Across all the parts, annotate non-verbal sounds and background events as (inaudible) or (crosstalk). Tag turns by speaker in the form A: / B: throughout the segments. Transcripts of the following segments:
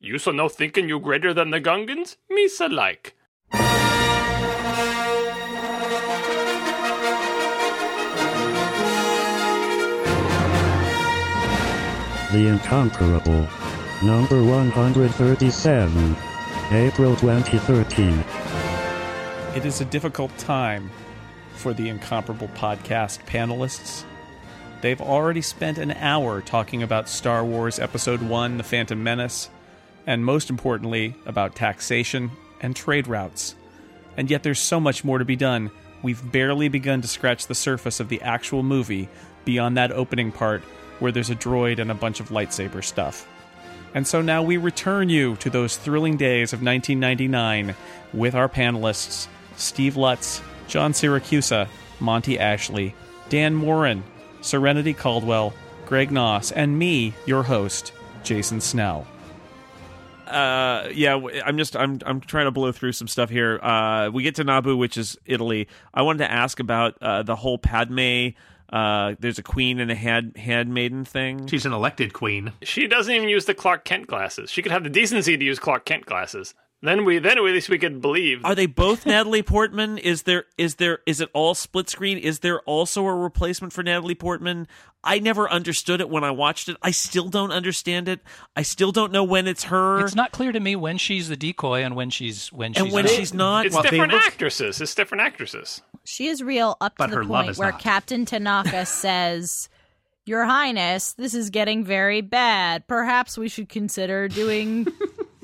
A: You so no thinking you greater than the Gungans? Misa like.
B: The Incomparable. Number 137. April 2013.
C: It is a difficult time for the Incomparable podcast panelists. They've already spent an hour talking about Star Wars Episode 1 The Phantom Menace, and most importantly, about taxation and trade routes. And yet there's so much more to be done. We've barely begun to scratch the surface of the actual movie beyond that opening part where there's a droid and a bunch of lightsaber stuff. And so now we return you to those thrilling days of 1999 with our panelists Steve Lutz, John Syracusa, Monty Ashley, Dan Morin, Serenity Caldwell, Greg Noss, and me, your host, Jason Snell.
D: uh, yeah, w- I'm just I'm I'm trying to blow through some stuff here. Uh, we get to Nabu, which is Italy. I wanted to ask about uh, the whole Padme. Uh, there's a queen and a hand handmaiden thing.
E: She's an elected queen.
A: She doesn't even use the Clark Kent glasses. She could have the decency to use Clark Kent glasses. Then we, then at least we could believe.
D: Are they both (laughs) Natalie Portman? Is there is there is it all split screen? Is there also a replacement for Natalie Portman? I never understood it when I watched it. I still don't understand it. I still don't know when it's her
F: It's not clear to me when she's the decoy and when she's when
D: and
F: she's
D: when
F: not.
D: she's not.
A: it's
E: Well, they
A: different
E: look-
A: actresses. It's different actresses.
G: She is real up
E: But
G: to
E: her
G: the
E: love
G: point
E: is
G: where
E: not.
G: Captain
A: (laughs)
G: Tanaka says, "Your Highness, this is getting very bad. Perhaps we should consider
A: (laughs)
G: doing,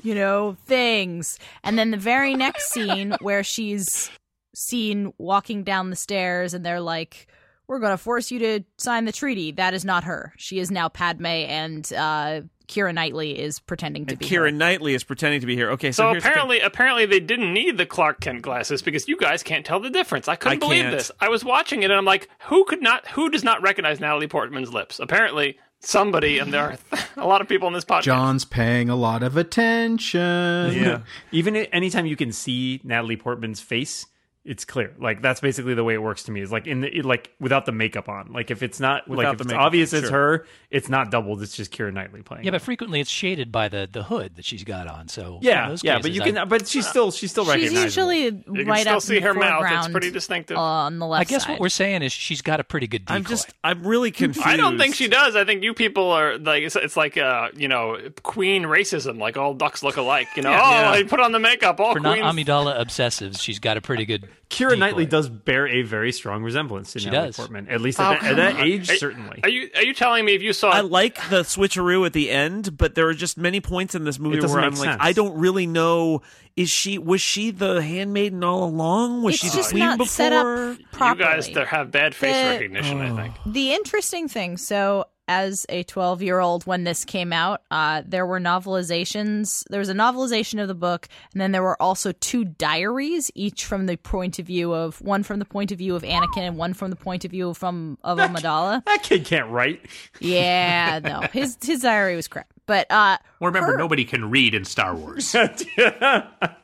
G: you know, things." And then the very next scene where she's seen walking down the stairs and they're like, "We're going to force you to sign the treaty." That is not her. She is now Padme and uh Kira Knightley is pretending to
D: and
G: be
D: Kira
G: her.
D: Knightley is pretending to be here. Okay, so,
A: So
D: here's the thing.
A: apparently, apparently they didn't need the Clark Kent glasses because you guys can't tell the difference. I couldn't
D: I
A: believe
D: can't.
A: this. I was watching it and I'm like, who could not? Who does not recognize Natalie Portman's lips? Apparently, somebody, and there are (laughs) a lot of people in this podcast.
H: John's paying a lot of attention.
D: yeah.
I: Even i- anytime you can see Natalie Portman's face, it's clear. Like that's basically the way it works to me. Is like in the it, like without the makeup on. Like if it's not
D: Without
I: like if
D: the
I: it's
D: makeup on,
I: obvious it's
D: sure.
I: her, it's not doubled. It's just Kira Knightley playing.
F: yeah,
I: it.
F: but frequently it's shaded by the the hood that she's got on. So in
I: yeah,
F: those
I: yeah. But
F: cases,
I: you
F: I-
I: can, but she's still she's still
G: She's
I: recognizable.
G: usually
A: you can
G: right
A: still
G: up
A: see
G: in the
A: her mouth. It's
G: foreground
A: pretty distinctive.
G: on the left
F: I guess
G: side.
F: what we're saying is she's got a pretty good decoy.
D: I'm just I'm really confused.
A: I don't think she does. I think you people are like it's, it's like uh you know queen racism. Like all ducks look alike. You know, oh,
D: Yeah.
A: I put on the makeup. All
F: for
A: queens.
F: non Amidala obsessives, she's got a pretty good.
I: Kira
F: decoy.
I: Knightley does bear a very strong resemblance to
F: She
I: Natalie
F: does.
I: Portman, at least
A: Oh,
I: at, that, at that age, certainly.
A: Are you are you telling me if you saw
D: I like the switcheroo at the end, but there are just many points in this movie
I: It doesn't
D: where I'm
I: make
D: like,
I: sense.
D: I don't really know. Is she was she the handmaiden all along? Was
G: it's
D: she the
G: just
D: queen
G: not
D: before?
G: set up
A: you
G: properly.
A: guys that have bad face
G: The-
A: recognition? I think.
G: the interesting thing, so as a 12 year old when this came out, uh, there were novelizations. There was a novelization of the book, and then there were also two diaries, each from the point of view of one from the point of view of Anakin and one from the point of view from of Amidala.
I: that kid can't write.
G: yeah, no, his his diary was crap. But uh,
E: Well, remember,
G: her-
E: nobody can read in Star
H: (laughs)
E: Wars.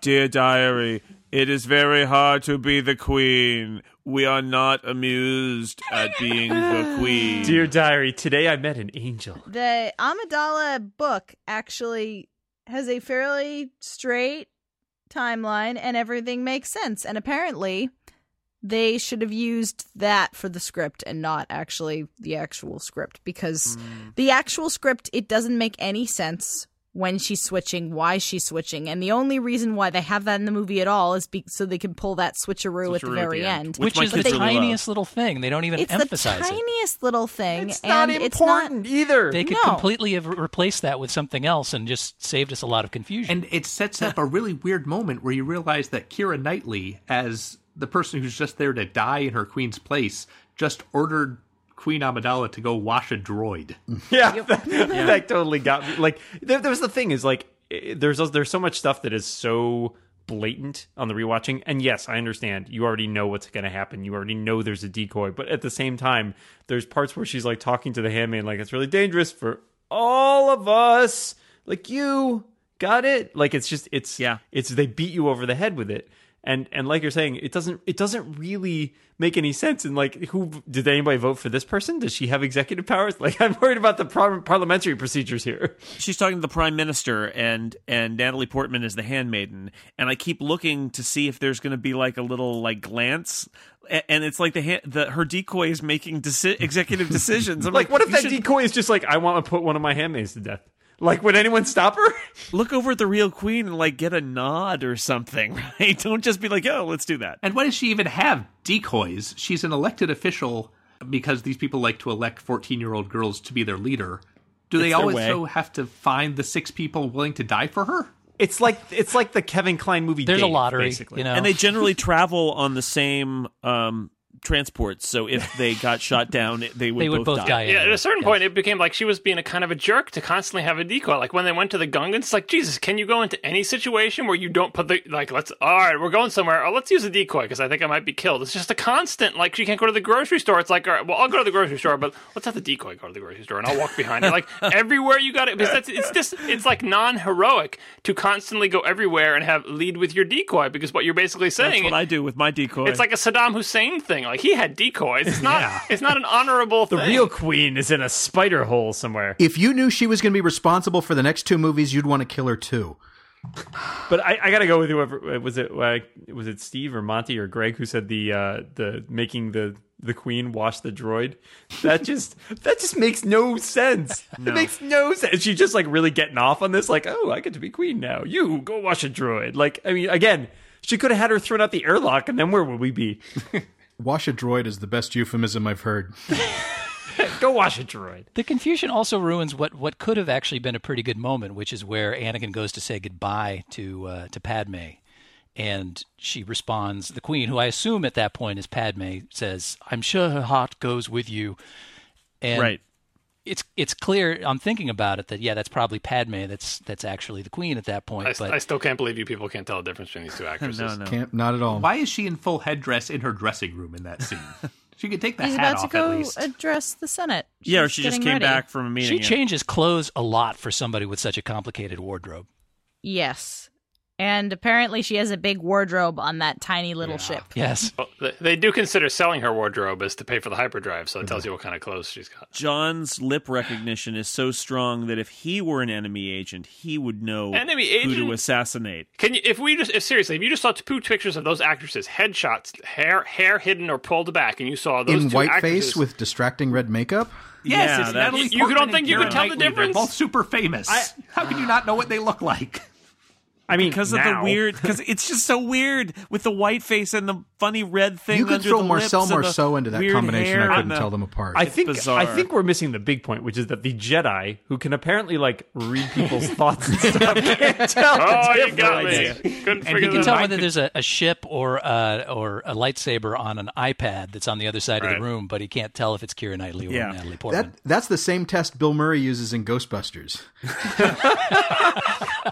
D: Dear diary, it is very hard to be the queen. We are not amused at being
G: (laughs)
D: the queen.
I: Dear diary, today I met an angel.
G: The Amidala book actually has a fairly straight timeline and everything makes sense. And apparently, they should have used that for the script and not actually the actual script because the actual script, it doesn't make any sense when she's switching, why she's switching. And the only reason why they have that in the movie at all is be- so they can pull that switcheroo, at the
D: Switcheroo at
G: very
D: the end.
G: end.
D: Which
F: which,
D: my
F: is the
D: kids really love.
F: tiniest little thing. They don't even
G: It's the
F: emphasize it.
G: tiniest little thing.
I: It's not
G: and it's not
I: important either.
F: They could
G: No.
F: completely have re- replaced that with something else and just saved us a lot of confusion.
E: And it sets up a really weird moment where you realize that Kira Knightley, as the person who's just there to die in her queen's place, just ordered Queen Amidala to go wash a droid.
H: Mm.
I: (laughs) yeah, that, that totally got me. Like, there, there was the thing is like, eh, there's there's so much stuff that is so blatant on the rewatching. And yes, I understand. You already know what's going to happen. You already know there's a decoy. But at the same time, there's parts where she's like talking to the handmaid, like it's really dangerous for all of us. Like you got it. Like it's just it's
D: Yeah.
I: It's they beat you over the head with it. And and like you're saying, it doesn't it doesn't really make any sense. And like, who did anybody vote for this person? Does she have executive powers? Like, (laughs) I'm worried about the par- parliamentary procedures here.
C: she's talking to the prime minister and and Natalie Portman is the handmaiden and I keep looking to see if there's going to be like a little like glance A- and it's like the hand, the her decoy is making deci- executive decisions. I'm like,
I: Like, what if
C: "You
I: that
C: should
I: decoy is just like, I want to put one of my handmaids to death? Like, would anyone stop her? (laughs)
C: look over at the real queen and like get a nod or something, (laughs) right? Don't just be like, "Oh, let's do that."
E: And why does she even have decoys? She's an elected official because these people like to elect 14 year old girls to be their leader. Do they
C: It's their
E: always
C: way.
E: so have to find the six people willing to die for her?
I: It's like it's like the Kevin Klein movie.
F: There's a
I: Dave,
F: lottery,
I: basically.
F: you know.
C: And they generally travel on the same um transport, so if they got shot down, it- they would
F: they would both, die.
C: die.
A: Yeah, at
F: anyway.
A: a certain point, it became like she was being a kind of a jerk to constantly have a decoy. Like when they went to the Gungans, it's like Jesus, can you go into any situation where you don't put the like? Let's all right, we're going somewhere. Oh, let's use a decoy because I think I might be killed. It's just a constant. Like she can't go to the grocery store. It's like all right, well, I'll go to the grocery store, but let's have the decoy go to the grocery store and I'll walk behind her.
C: (laughs)
A: Like everywhere you got it, because that's it's just it's like non-heroic to constantly go everywhere and have lead with your decoy because what you're basically
C: That's
A: saying
C: what I do with my decoy.
A: it's like a Saddam Hussein thing. Like he had decoys. It's not. It's not an honorable
I: The
A: thing.
I: real queen is in a spider hole somewhere.
H: If you knew she was going to be responsible for the next two movies, you'd want to kill her too.
I: But I, I gotta go with whoever was it. Uh, was it Steve or Monty or Greg who said the uh, the making the the queen wash the droid? That just (laughs) that just makes no sense. It makes no sense. She's just like really getting off on this. Like, oh, I get to be queen now. You go wash a droid. Like, I mean, again, she could have had her thrown out the airlock, and then where would we be?
H: Wash a droid is the best euphemism I've heard.
I: go wash a droid.
F: The confusion also ruins what, what could have actually been a pretty good moment, which is where Anakin goes to say goodbye to uh, to Padme, and she responds, "The Queen, who I assume at that point is Padme, says, "I'm sure her heart goes with you." And
C: right.
F: it's it's clear. I'm thinking about it that yeah, that's probably Padme. That's that's actually the Queen at that point.
A: I,
F: but
A: I still can't believe you people can't tell the difference between these two actresses.
C: No, no.
H: Can't, not at all.
E: Why is she in full headdress in her dressing room in that scene? she could take the
G: He's
E: hat
G: about to
E: off at
G: go
E: least.
G: address the Senate.
C: Yeah, or
G: She's
C: she just
G: getting
C: came
G: ready.
C: back from a meeting.
F: she
C: yeah.
F: changes clothes a lot for somebody with such a complicated wardrobe.
G: Yes. And apparently she has a big wardrobe on that tiny little ship.
F: Yes,
A: Well, they- They do consider selling her wardrobe as to pay for the hyperdrive, so it tells you what kind of clothes she's got.
C: John's lip recognition is so strong that if he were an enemy agent, he would know
A: Enemy
C: who to
A: agent?
C: assassinate.
A: Can you, if we just, if seriously, if you just saw two pictures of those actresses, headshots, hair, hair hidden or pulled back, and you saw those
H: In
A: two
H: whiteface
A: actresses,
H: with distracting red makeup?
E: Yes,
C: Yeah,
E: it's
C: that-
E: Natalie
A: You- you don't
E: Portman
A: think
E: and
A: you could
E: Keira
A: tell the
E: Knightley. They're
A: difference?
E: both super famous. How can you not know what they look like?
I: I mean,
C: Because of
I: now,
C: the weird, because it's just so weird with the white face and the funny red thing.
H: You could
C: under
H: throw
C: the
H: Marcel
C: lips and the
H: Marceau into that
C: weird
H: combination.
C: hair
H: I
C: and
H: couldn't
C: the-
H: tell them apart.
I: I think
C: bizarre.
I: I think we're missing the big point, which is that the Jedi, who can apparently like read
C: (laughs)
I: people's thoughts and stuff, can't tell.
A: (laughs) oh,
H: (laughs)
I: the
A: you got
I: difference.
A: me. Couldn't
E: he
A: figure
F: you can
A: that
F: tell
A: out.
F: whether there's a, a ship or uh, or a lightsaber on an iPad that's on the other side of
A: Right.
F: the room, but he can't tell if it's Kira Knightley or
C: Yeah.
F: Natalie Portman.
H: that that's the same test Bill Murray uses in Ghostbusters.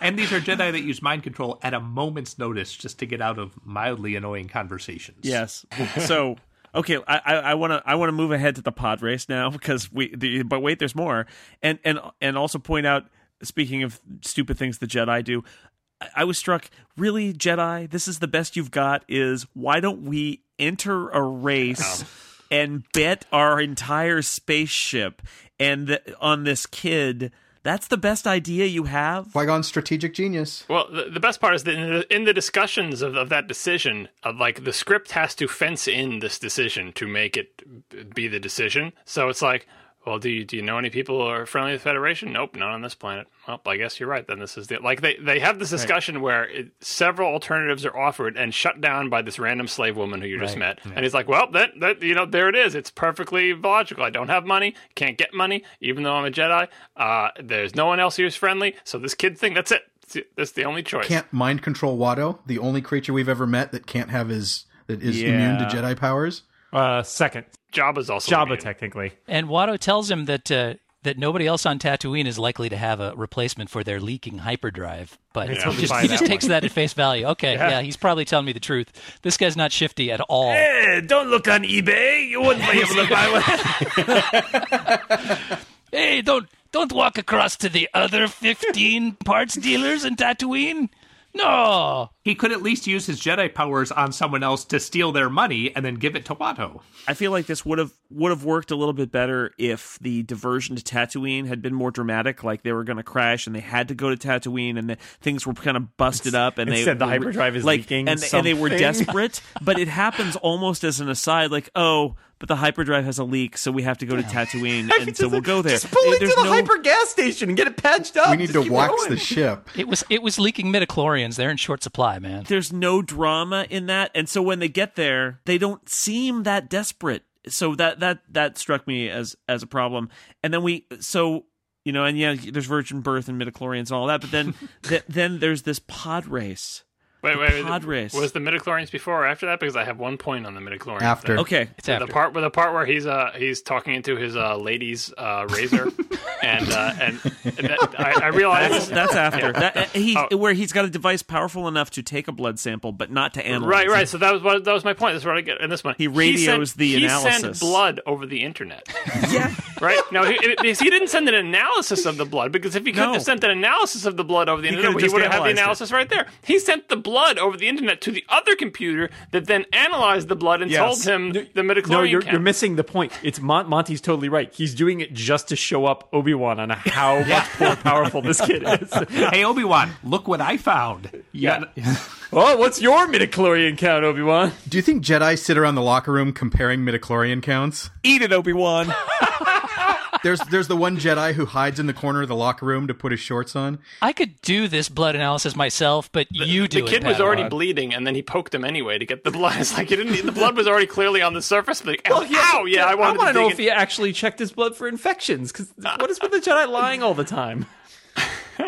E: and these are Jedi that use mind control at a moment's notice just to get out of mildly annoying conversations.
C: Yes. So okay, I want to I want to move ahead to the pod race now (laughs) because we. The, but wait, there's more, and and and also point out. Speaking of stupid things the Jedi do, I- I was struck. Really, Jedi, this is the best you've got. Is why don't we enter a race? And bet our entire spaceship and the, on this kid. That's the best idea you have.
H: Qui Gon's strategic genius.
A: Well, the, the best part is that in the, in the discussions of, of that decision, of like the script has to fence in this decision to make it b- be the decision. So it's like, well, do you do you know any people who are friendly with the Federation? Nope, not on this planet. Well, I guess you're right. Then this is the like they they have this discussion where it, several alternatives are offered and shut down by this random slave woman who you just met, and he's like, well, that that you know there it is. It's perfectly logical. I don't have money, can't get money, even though I'm a Jedi. Uh, there's no one else who's friendly. So this kid thing, that's it. It's the- That's the only choice.
H: Can't mind control Watto, the only creature we've ever met that can't have his that is immune to
C: Yeah.
H: Jedi powers.
I: Uh, second,
A: Jabba's also
I: Jabba
A: immune.
I: technically.
F: And Watto tells him that uh, that nobody else on Tatooine is likely to have a replacement for their leaking hyperdrive. But
I: Let's hope
F: he
I: we
F: just,
I: buy
F: he
I: that
F: just takes that at face value. Okay, yeah. he's probably telling me the truth. This guy's not shifty at all.
I: Eh, don't look on eBay. You wouldn't be able to buy one.
F: Hey, (laughs) don't don't walk across to the other fifteen parts dealers in Tatooine. No.
E: He could at least use his Jedi powers on someone else to steal their money and then give it to Watto.
D: I feel like this would have would have worked a little bit better if the diversion to Tatooine had been more dramatic. Like they were going to crash and they had to go to Tatooine, and the things were kind of busted up. And they
I: Instead, the
D: were-
I: hyperdrive is
D: like,
I: leaking
D: and, and they were
I: something. (laughs)
D: desperate. but it happens almost as an aside, like oh. But the hyperdrive has a leak, so we have to go to Tatooine,
I: (laughs)
D: and so we'll go there.
I: Just pull
D: And
I: into
D: there's
I: the
D: no-
I: hyper gas station and get it patched up.
H: We need
I: Just
H: to
I: keep
H: wax
I: going.
H: the ship.
F: It was it was leaking midichlorians. They're in short supply, man.
D: there's no drama in that and so when they get there they don't seem that desperate so that that that struck me as as a problem and then we so you know and yeah there's virgin birth and midichlorians and all that but then (laughs) th- then there's this pod race
A: Wait, wait, wait.
D: pod race.
A: Was the midichlorians before or after that? Because I have one point on the midichlorians.
H: After.
D: okay
F: It's
A: So the
F: after.
A: part where the part where he's uh he's talking into his uh lady's uh
D: (laughs)
A: razor and uh and that, I, I
D: that's,
A: realized (laughs)
D: that's after
C: (laughs)
D: that he
A: Oh.
D: where he's got a device powerful enough to take a blood sample but not to analyze
A: right
D: it.
A: right so that was what, that was my point that's what I get in this one
D: He
A: sent-
D: radios the
A: he
D: analysis.
A: sent blood over the internet right no he, it- because he didn't send an analysis of the blood because if he could
D: No.
A: have sent an analysis of the blood over the
D: could've
A: internet he
D: just
A: would have had the
D: analyzed it.
A: analysis right there he sent the blood over the internet to the other computer that then analyzed the blood and told him
I: No,
A: the midichlorian
I: No, you're,
A: count.
I: you're missing the point. It's Mon- Monty's totally right. He's doing it just to show up Obi Wan on how (laughs) much more powerful this kid is. (laughs)
E: hey, Obi Wan, look what I found.
I: Yeah. oh, what's your midichlorian count, Obi Wan?
H: Do you think Jedi sit around the locker room comparing midichlorian counts?
D: eat it obi-wan
H: There's there's the one Jedi who hides in the corner of the locker room to put his shorts on.
F: I could do this blood analysis myself, but you do
A: the
F: it.
A: kid was
F: Padawan.
A: already bleeding, and then he poked him anyway to get the blood. (laughs) It's like he didn't. The blood was already clearly on the surface. But like,
I: Oh,
A: ow, ow, yeah, I wanted
I: want to
A: to
I: know
A: dig
I: if
A: in.
I: he actually checked his blood for infections. Because what is with the Jedi lying all the time?
A: (laughs)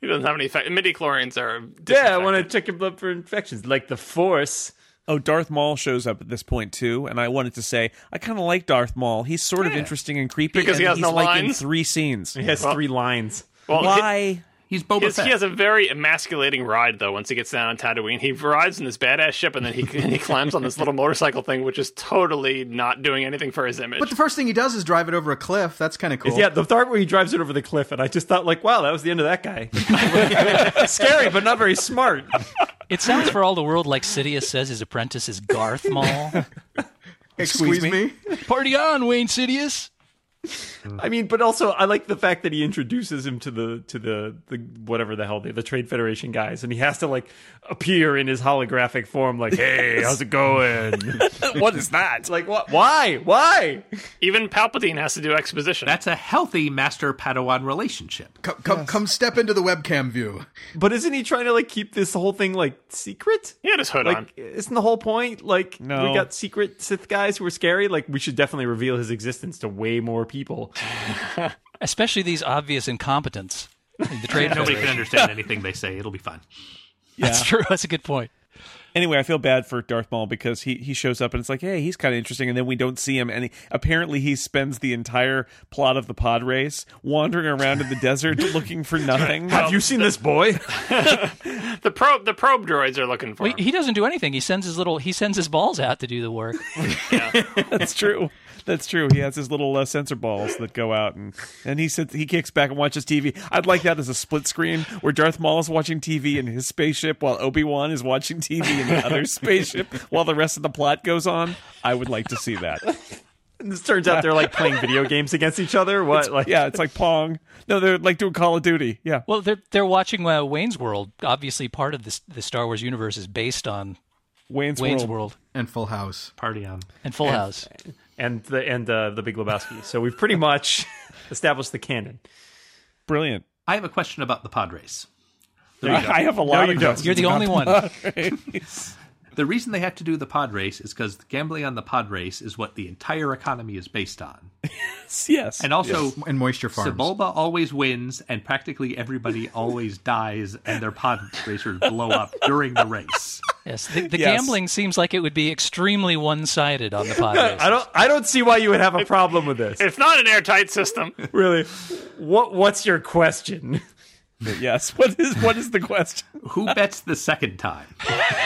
A: He doesn't have any effect. Midichlorians are.
I: (laughs) Yeah, I want to check your blood for infections, like the Force.
C: (laughs) Oh, Darth Maul shows up at this point too, and I wanted to say I kind of like Darth Maul. He's sort of interesting and creepy
A: Because he
C: and
A: has
C: he's
A: no
C: like in
A: lines.
C: three scenes.
I: He has three lines.
A: Well,
C: Why?
E: He's Boba
A: He, his-
E: Fett.
A: he has a very emasculating ride though. Once he gets down on Tatooine, he rides in this badass ship, and then he (laughs) and he climbs on this little motorcycle thing, which is totally not doing anything for his image.
H: But the first thing he does is drive it over a cliff. That's kind of cool.
I: Yeah, the part where he drives it over the cliff, and I just thought, like, wow, that was the end of that guy. (laughs) Scary, but not very smart.
F: It sounds for all the world like Sidious says his apprentice is Garth
A: (laughs)
F: Maul.
H: Excuse me.
F: Party on, Wayne Sidious.
I: I mean, but also I like the fact that he introduces him to the to the the whatever the hell they the Trade Federation guys, and he has to like appear in his holographic form, like, hey, how's it going?
C: (laughs) what is that?
I: (laughs) like, what? Why? Why?
A: Even Palpatine has to do exposition.
E: That's a healthy master Padawan relationship.
H: Come, come, come step into the webcam view.
I: But isn't he trying to like keep this whole thing like secret?
A: he had his hood on.
I: Like, isn't the whole point like
C: No.
I: we got secret Sith guys who are scary? Like, we should definitely reveal his existence to way more people.
F: Especially these obvious incompetents. in The trade
E: Nobody
F: Federation.
E: can understand anything they say. It'll be fine.
F: That's true. (laughs) That's a good point.
C: Anyway, I feel bad for Darth Maul because he, he shows up and it's like, hey, he's kind of interesting, and then we don't see him, and he, apparently he spends the entire plot of the pod race wandering around in
E: (laughs)
C: the desert looking for nothing.
I: Have you seen this boy?
A: the probe the probe droids are looking for.
F: Well,
A: him.
F: he doesn't do anything. He sends his little. He sends his balls out to do
A: (laughs)
F: the work.
C: (laughs) That's true. That's true. He has his little uh, sensor balls that go out, and and he sits, he kicks back and watches TV. I'd like that as a split screen where Darth Maul is watching TV in his spaceship while Obi Wan is watching TV in the
E: (laughs)
C: other spaceship while the rest of the plot goes on. I would like to see that.
I: And (laughs) this turns out they're like playing video games against each other. What? like,
C: Yeah, it's like Pong. No, they're like doing Call of Duty. Yeah.
F: Well, they're they're watching uh, Wayne's World. Obviously, part of this the Star Wars universe is based on
C: Wayne's,
F: Wayne's
C: World.
F: World
H: And Full House.
E: Party on.
F: and Full House.
I: and the and uh, the Big Lebowski. So we've pretty much (laughs) established the canon.
C: Brilliant.
E: I have a question about the pod race.
C: I have a lot
I: you
C: of
I: don't.
C: questions
F: You're the
C: about
F: only
C: that.
F: one.
E: The reason they have to do the pod race is because gambling on the pod race is what the entire economy is based on.
C: (laughs) Yes.
E: And also,
H: And Moisture Farms.
E: Sebulba always wins, and practically everybody always dies, and their pod (laughs) racers blow up during the race.
F: (laughs) Yes, the, the
C: Yes.
F: gambling seems like it would be extremely one-sided (laughs) on the pod races.
I: I don't I don't see why you would have a problem with this.
A: it's not an airtight system.
I: (laughs)
A: (laughs)
I: Really, what what's your question? (laughs)
C: yes. What is what is the question?
E: Who bets the second time? (laughs)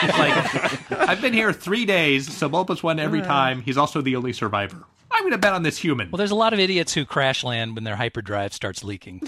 E: Like, I've been here three days. Sebulba's won every time. He's also the only survivor. I'm going to bet on this human.
F: Well, there's a lot of idiots who crash land when their hyperdrive starts leaking.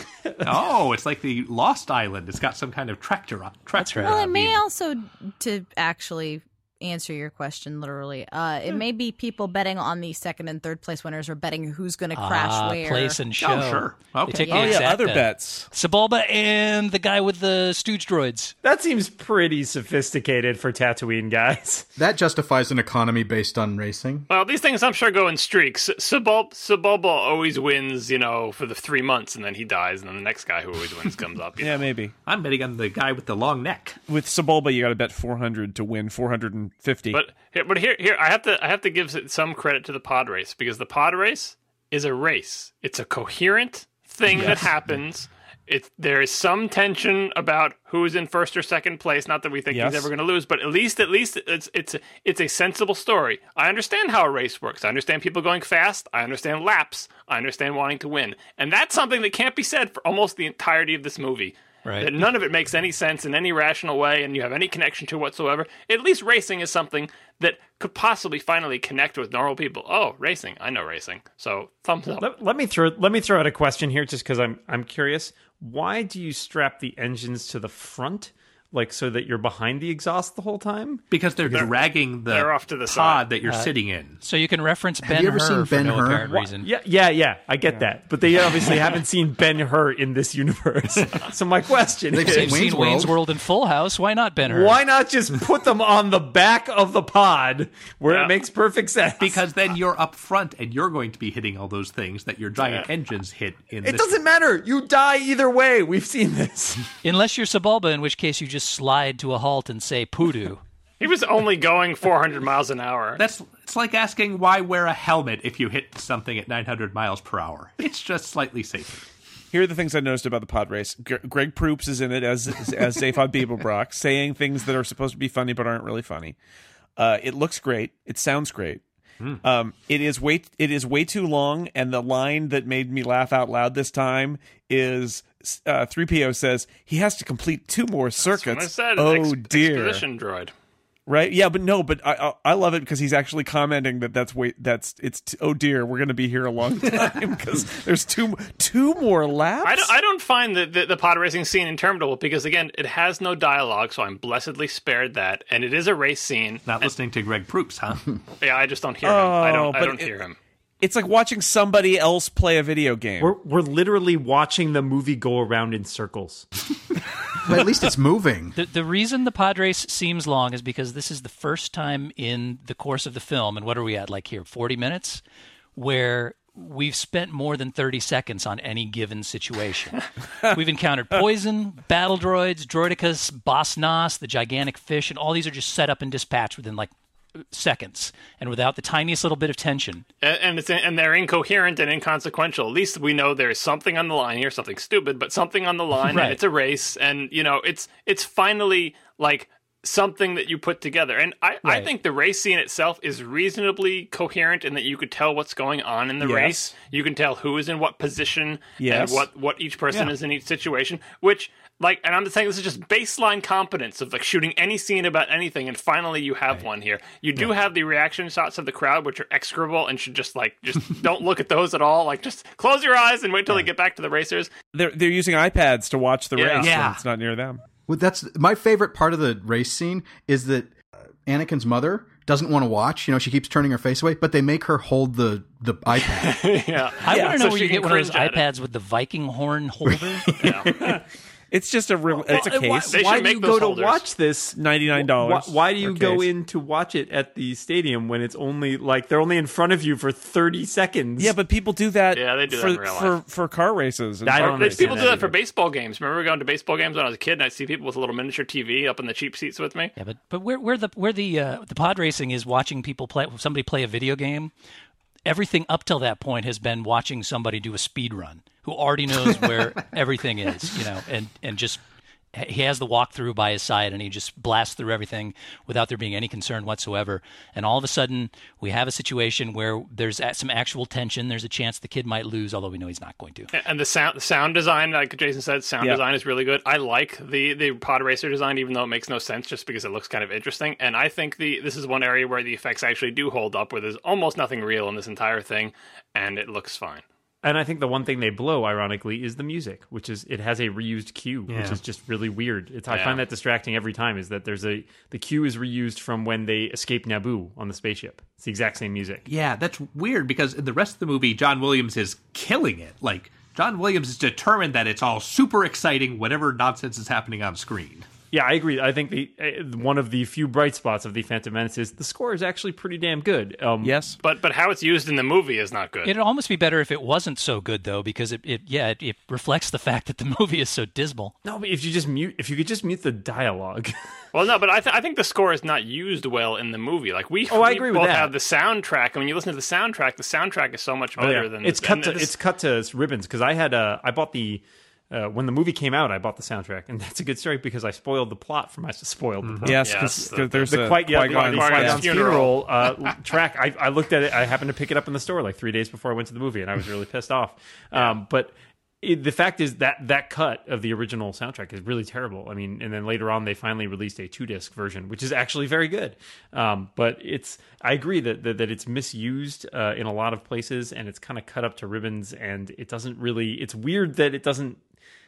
E: oh, it's like the Lost Island. It's got some kind of tractor on. Tractor
F: right.
G: Well, it
E: on
G: may also, to actually answer your question literally, uh, it may be people betting on the second and third place winners or betting who's going to crash
F: Ah,
G: where.
F: place and show.
E: sure.
F: They
E: Okay.
F: take the
C: Oh yeah,
F: exact
C: other
F: bet.
C: bets.
F: Sebulba and the guy with the stooge droids.
I: That seems pretty sophisticated for Tatooine guys.
H: That justifies an economy based on racing.
A: Well, these things I'm sure go in streaks. Sebulb Sebulba always wins, you know, for the three months, and then he dies, and then the next guy who always wins comes up. you
C: Yeah,
A: know.
C: maybe.
E: I'm betting on the guy with the long neck.
C: With Sebulba, you got to bet 400 to win 450.
A: But here, but here, here I have to I have to give some credit to the pod race because the pod race is a race. It's a coherent thing that happens. It there is some tension about who is in first or second place. Not that we think
C: Yes.
A: he's ever going to lose, but at least at least it's it's it's a sensible story. I understand how a race works. I understand people going fast. I understand laps. I understand wanting to win, and that's something that can't be said for almost the entirety of this movie.
F: Right.
A: That none of it makes any sense in any rational way and you have any connection to whatsoever. At least racing is something that could possibly finally connect with normal people. Oh, racing. I know racing. So thumbs up.
I: Let, let me throw let me throw out a question here, just because I'm I'm curious. Why do you strap the engines to the front, like so that you're behind the exhaust the whole time?
E: Because they're, dragging the,
A: they're off to the
E: pod
A: side.
E: that you're sitting in.
F: So you can reference Ben
H: you ever
F: Hur
H: seen
F: for no
H: Ben-Hur?
F: apparent
H: What?
F: reason.
I: Yeah, yeah, yeah. I get that, but they obviously haven't seen Ben Hur in
E: (laughs)
I: this universe. so my question
H: They've
I: is,
F: They've
H: seen
F: seen
H: Wayne's
F: Wayne's
H: World.
F: World and Full House. Why not Ben Hur?
I: why not just put them on the back of the pod where
A: Yeah.
I: it makes perfect sense?
E: Because then you're up front and you're going to be hitting all those things that your giant engines hit in
I: it
E: this.
I: doesn't matter. You die either way. We've seen this.
F: Unless you're Sebulba, in which case you just slide to a halt and say poodoo.
A: He was only going 400 miles an hour.
E: That's it's like asking why wear a helmet if you hit something at 900 miles per hour. It's just slightly safer.
C: Here are the things I noticed about the pod race. Gre- Greg Proops is in it as as, as Zaphod Beeblebrock, saying things that are supposed to be funny but aren't really funny. Uh, it looks great. It sounds great. Um, it is way it is way too long, and the line that made me laugh out loud this time is uh, 3PO says he has to complete two more
A: When I
C: circuits.
A: said
C: oh
A: ex-
C: dear,
A: Exposition droid.
C: right? Yeah, but no, but I I, I love it because he's actually commenting that that's way that's it's t- oh dear, we're gonna be here a long (laughs) time because there's two two more laps.
A: I don't, I don't find the, the, the pod racing scene interminable because, again, it has no dialogue, so I'm blessedly spared that. And it is a race scene.
E: (laughs) Not listening to Greg Proops, huh?
A: Yeah, I just don't hear him. I
C: Oh,
A: don't, I
C: but
A: don't
C: it-
A: hear him.
C: It's like watching somebody else play a video game.
I: We're we're literally watching the movie go around in circles.
H: But at least it's moving.
F: The, the reason the pod race seems long is because this is the first time in the course of the film, and what are we at, like here, 40 minutes, where we've spent more than 30 seconds on any
A: (laughs)
F: given situation. we've encountered poison, battle droids, droidicus, boss Nass, the gigantic fish, and all these are just set up and dispatched within like seconds and without the tiniest little bit of tension.
A: and and, it's, and they're incoherent and inconsequential. At least we know there's something on the line here, something stupid, but something on the line.
F: Right.
A: And it's a race, and you know, it's it's finally like something that you put together. And I, I
F: Right.
A: think the race scene itself is reasonably coherent in that you could tell what's going on in the
C: Yes.
A: race. You can tell who is in what position
C: Yes.
A: and what what each person is in each situation, which like and I'm just saying this is just baseline competence of like shooting any scene about anything and finally you have one here. You do have the reaction shots of the crowd which are execrable and should just like just (laughs) don't look at those at all. Like just close your eyes and wait till they get back to the racers. (laughs)
C: They're they're using iPads to watch the
A: Yeah.
C: race.
E: Yeah.
C: and it's not near them.
H: Well, that's my favorite part of the race scene is that uh, Anakin's mother doesn't want to watch. You know, she keeps turning her face away, but they make her hold the the iPad.
A: yeah.
F: I want to know
A: So
F: where
A: she
F: you
A: can
F: get one of those
A: cringe at it.
F: iPads with the Viking horn
A: (laughs)
F: holder.
C: It's just a real. it's a
I: Uh, why-
C: case.
A: They should
I: Why do
A: make
I: you
A: those
I: go to
A: holders.
I: watch this
C: Ninety nine
I: Why,
C: dollars.
I: why do you go in to watch it at the stadium when it's only like they're only in front of you for 30 seconds?
C: Yeah, but people do that.
A: Yeah, they do that
C: for
A: in real
C: for,
A: life.
C: for car races. and
I: I
C: car
I: don't
A: There's
C: races.
A: people
I: understand
A: do that
I: that
A: for
I: either.
A: baseball games. Remember going to baseball games when I was a kid and I'd see people with a little miniature TV up in the cheap seats with me?
F: Yeah, but but where where the where the uh, the pod racing is watching people play somebody play a video game. Everything up till that point has been watching somebody do a speed run who already knows where everything is, you know, and and just he has the walkthrough by his side and he just blasts through everything without there being any concern whatsoever. And all of a sudden, we have a situation where there's a- some actual tension. There's a chance the kid might lose, although we know he's not going to.
A: And the sound, the sound design, like Jason said, sound
D: Yeah.
A: design is really good. I like the the pod racer design, even though it makes no sense, just because it looks kind of interesting. And I think the this is one area where the effects actually do hold up, where there's almost nothing real in this entire thing, and it looks fine.
I: And I think the one thing they blow, ironically, is the music, which is it has a reused cue, which
E: Yeah.
I: is just really weird. It's, I
A: Yeah.
I: find that distracting every time. Is that there's a the cue is reused from when they escape Naboo on the spaceship. It's the exact same music.
E: Yeah, that's weird because in the rest of the movie, John Williams is killing it. Like, John Williams is determined that it's all super exciting, whatever nonsense is happening on screen.
I: Yeah, I agree. I think the uh, one of the few bright spots of the Phantom Menace is the score is actually pretty damn good. Um,
C: Yes.
A: But but how it's used in the movie is not good.
F: It'd almost be better if it wasn't so good, though, because it, it yeah, it, it reflects the fact that the (laughs) movie is so dismal.
I: No, but if you just mute, if you could just mute the dialogue. (laughs)
A: Well, no, but I, th- I think the score is not used well in the movie. Like we,
I: Oh, I
A: we
I: agree with
A: both
I: that.
A: have the soundtrack, and when you listen to the soundtrack, the soundtrack is so much better than
I: Oh, it's
A: this-
I: cut
A: and
I: to
A: this-
I: it's cut to ribbons because I had uh, I bought the uh, when the movie came out I bought the soundtrack and (laughs) that's a good story because I spoiled the plot for my (laughs) spoiled the plot.
C: Yes,
A: Yes,
C: because
A: the-
C: there's
I: The
C: a
I: quite yeah,
C: Qui-Gon
I: the,
A: Qui-Gon's
I: Qui-Gon's
A: funeral.
I: funeral uh, track. I, I looked at it. I happened to pick it up in the store like three days before I went to the movie, and I was really pissed off. Um, but it, the fact is that that cut of the original soundtrack is really terrible. I mean, and then later on they finally released a two disc version, which is actually very good. Um, but it's I agree that that, that it's misused uh, in a lot of places, and it's kind of cut up to ribbons, and it doesn't really. It's weird that it doesn't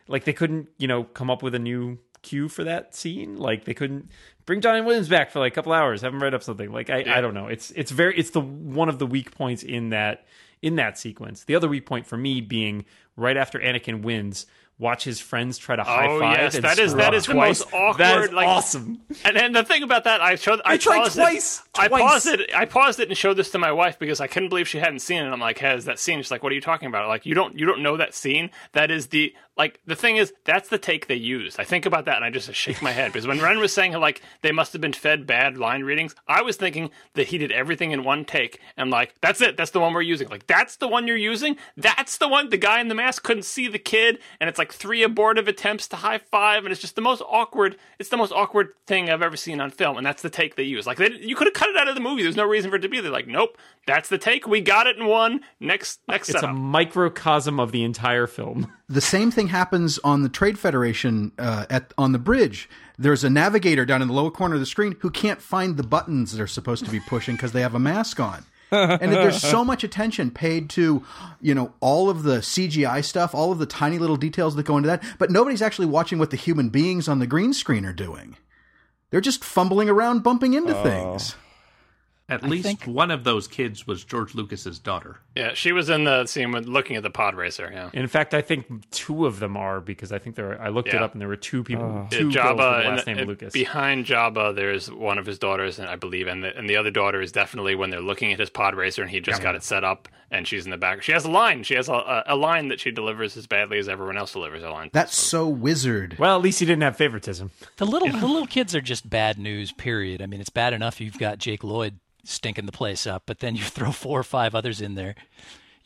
I: like they couldn't you know come up with a new cue for that scene like they couldn't bring johnny williams back for like a couple hours have him write up something like i, I don't know it's it's very it's the one of the weak points in that in that sequence the other weak point for me being right after anakin wins watch his friends try to high five
A: Oh, yes,
I: and
A: that is-
I: screw
A: that
I: up
A: is the
I: twice.
A: most awkward,
I: that is
A: like-
I: awesome
A: And then the thing about that, I showed. I,
I: I tried
A: paused
I: twice,
A: It, I
I: twice.
A: paused it. I paused it and showed this to my wife because I couldn't believe she hadn't seen it. And I'm like, "Has that scene?" She's like, "What are you talking about?" Like, you don't you don't know that scene? That is the like the thing is that's the take they used. I think about that and I just shake my head because when Ren was saying like they must have been fed bad line readings, I was thinking that he did everything in one take and like that's it. That's the one we're using. Like that's the one you're using. That's the one. The guy in the mask couldn't see the kid, and it's like three abortive attempts to high five, and it's just the most awkward. It's the most awkward thing I've ever seen on film, and that's the take they use. Like they, you could have cut it out of the movie. There's no reason for it to be there. Like nope, that's the take. We got it in one. Next next
I: it's a
A: setup.
I: microcosm of the entire film (laughs)
H: The same thing happens on the Trade Federation uh, at on the bridge. There's a navigator down in the lower corner of the screen who can't find the buttons they're supposed to be pushing because they have a mask on. and there's so much attention paid to, you know, all of the CGI stuff, all of the tiny little details that go into that, but nobody's actually watching what the human beings on the green screen are doing. They're just fumbling around, bumping into things.
E: At least
F: think-
E: one of those kids was George Lucas's daughter.
A: yeah, she was in the scene with looking at the pod racer. Yeah.
I: in fact i think two of them are because i think there are, i looked it
A: Yeah. Uh,
I: up and there were two people
A: Yeah,
I: two girls with the
A: Jabba
I: last
A: and, uh,
I: name
A: and
I: lucas
A: behind Jabba, there's one of his daughters, and I believe, and the, and the other daughter is definitely when they're looking at his pod racer, and he just got it set up, and she's in the back. She has a line. She has a- a, a line that she delivers as badly as everyone else delivers a line.
H: That's so wizard.
I: well at least he didn't have favoritism
F: The little the little kids are just bad news. Period. I mean, it's bad enough you've got Jake Lloyd stinking the place up, but then you (laughs) throw four or five others in there.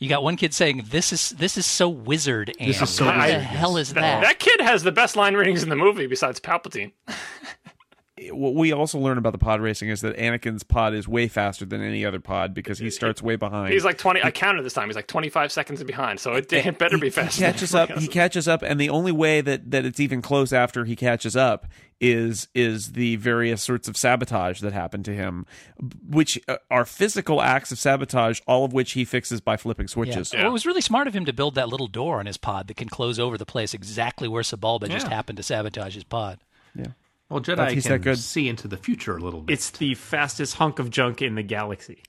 F: You got one kid saying, "This is this is so wizard." And
H: This is so
F: what the
H: wizard,
F: hell is
A: that,
F: that?
A: that kid has the best line readings in the movie besides Palpatine.
C: what we also learn about the pod racing is that Anakin's pod is way faster than any other pod because he starts way behind.
A: He's like twenty. I counted this time. He's like twenty five seconds behind, so it, (laughs) it better
C: he,
A: be fast.
C: He catches up. He catches up, and the only way that that it's even close after he catches up is is the various sorts of sabotage that happen to him, b- which uh, are physical acts of sabotage, all of which he fixes by flipping
F: Yeah.
C: switches.
F: Well, it was really smart of him to build that little door on his pod that can close over the place exactly where Sabalba just happened to sabotage his pod.
E: Well,
C: That-
E: Jedi
C: he's
E: can
C: that good.
E: see into the future a little bit.
I: It's the fastest hunk of junk in the galaxy.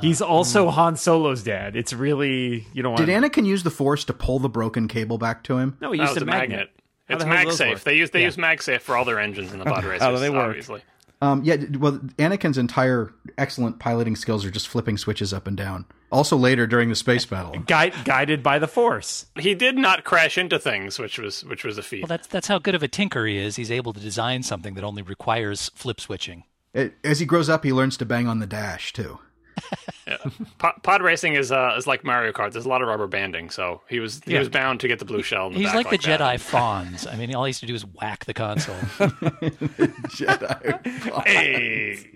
I: He's also Han Solo's dad. It's really you don't want.
H: Did Anakin use the force to pull the broken cable back to him?
I: No,
A: (laughs)
I: he
A: That
I: used
A: was
I: a
A: a
I: magnet.
A: magnet.
I: How
A: It's
I: the hell do those
A: MagSafe.
I: work?
A: They use they use MagSafe for all their engines in the pod racers.
C: how do they work?
A: Obviously.
H: Um, yeah, d- well, Anakin's entire excellent piloting skills are just flipping switches up and down. Also, later during the space battle,
I: Guide, guided by the Force.
A: He did not crash into things, which was which was a feat.
F: Well, that's that's how good of a tinker he is. He's able to design something that only requires flip switching.
H: it, as he grows up, he learns to bang on the dash too.
A: Pod, pod racing is uh, is like Mario Kart. There's a lot of rubber banding, so he was he was bound to get the blue shell. In the
F: He's
A: back
F: like the
A: that.
F: Jedi Fawns. I mean, all he used to do is whack the console.
A: (laughs)
H: Jedi.
I: (laughs)
A: Hey,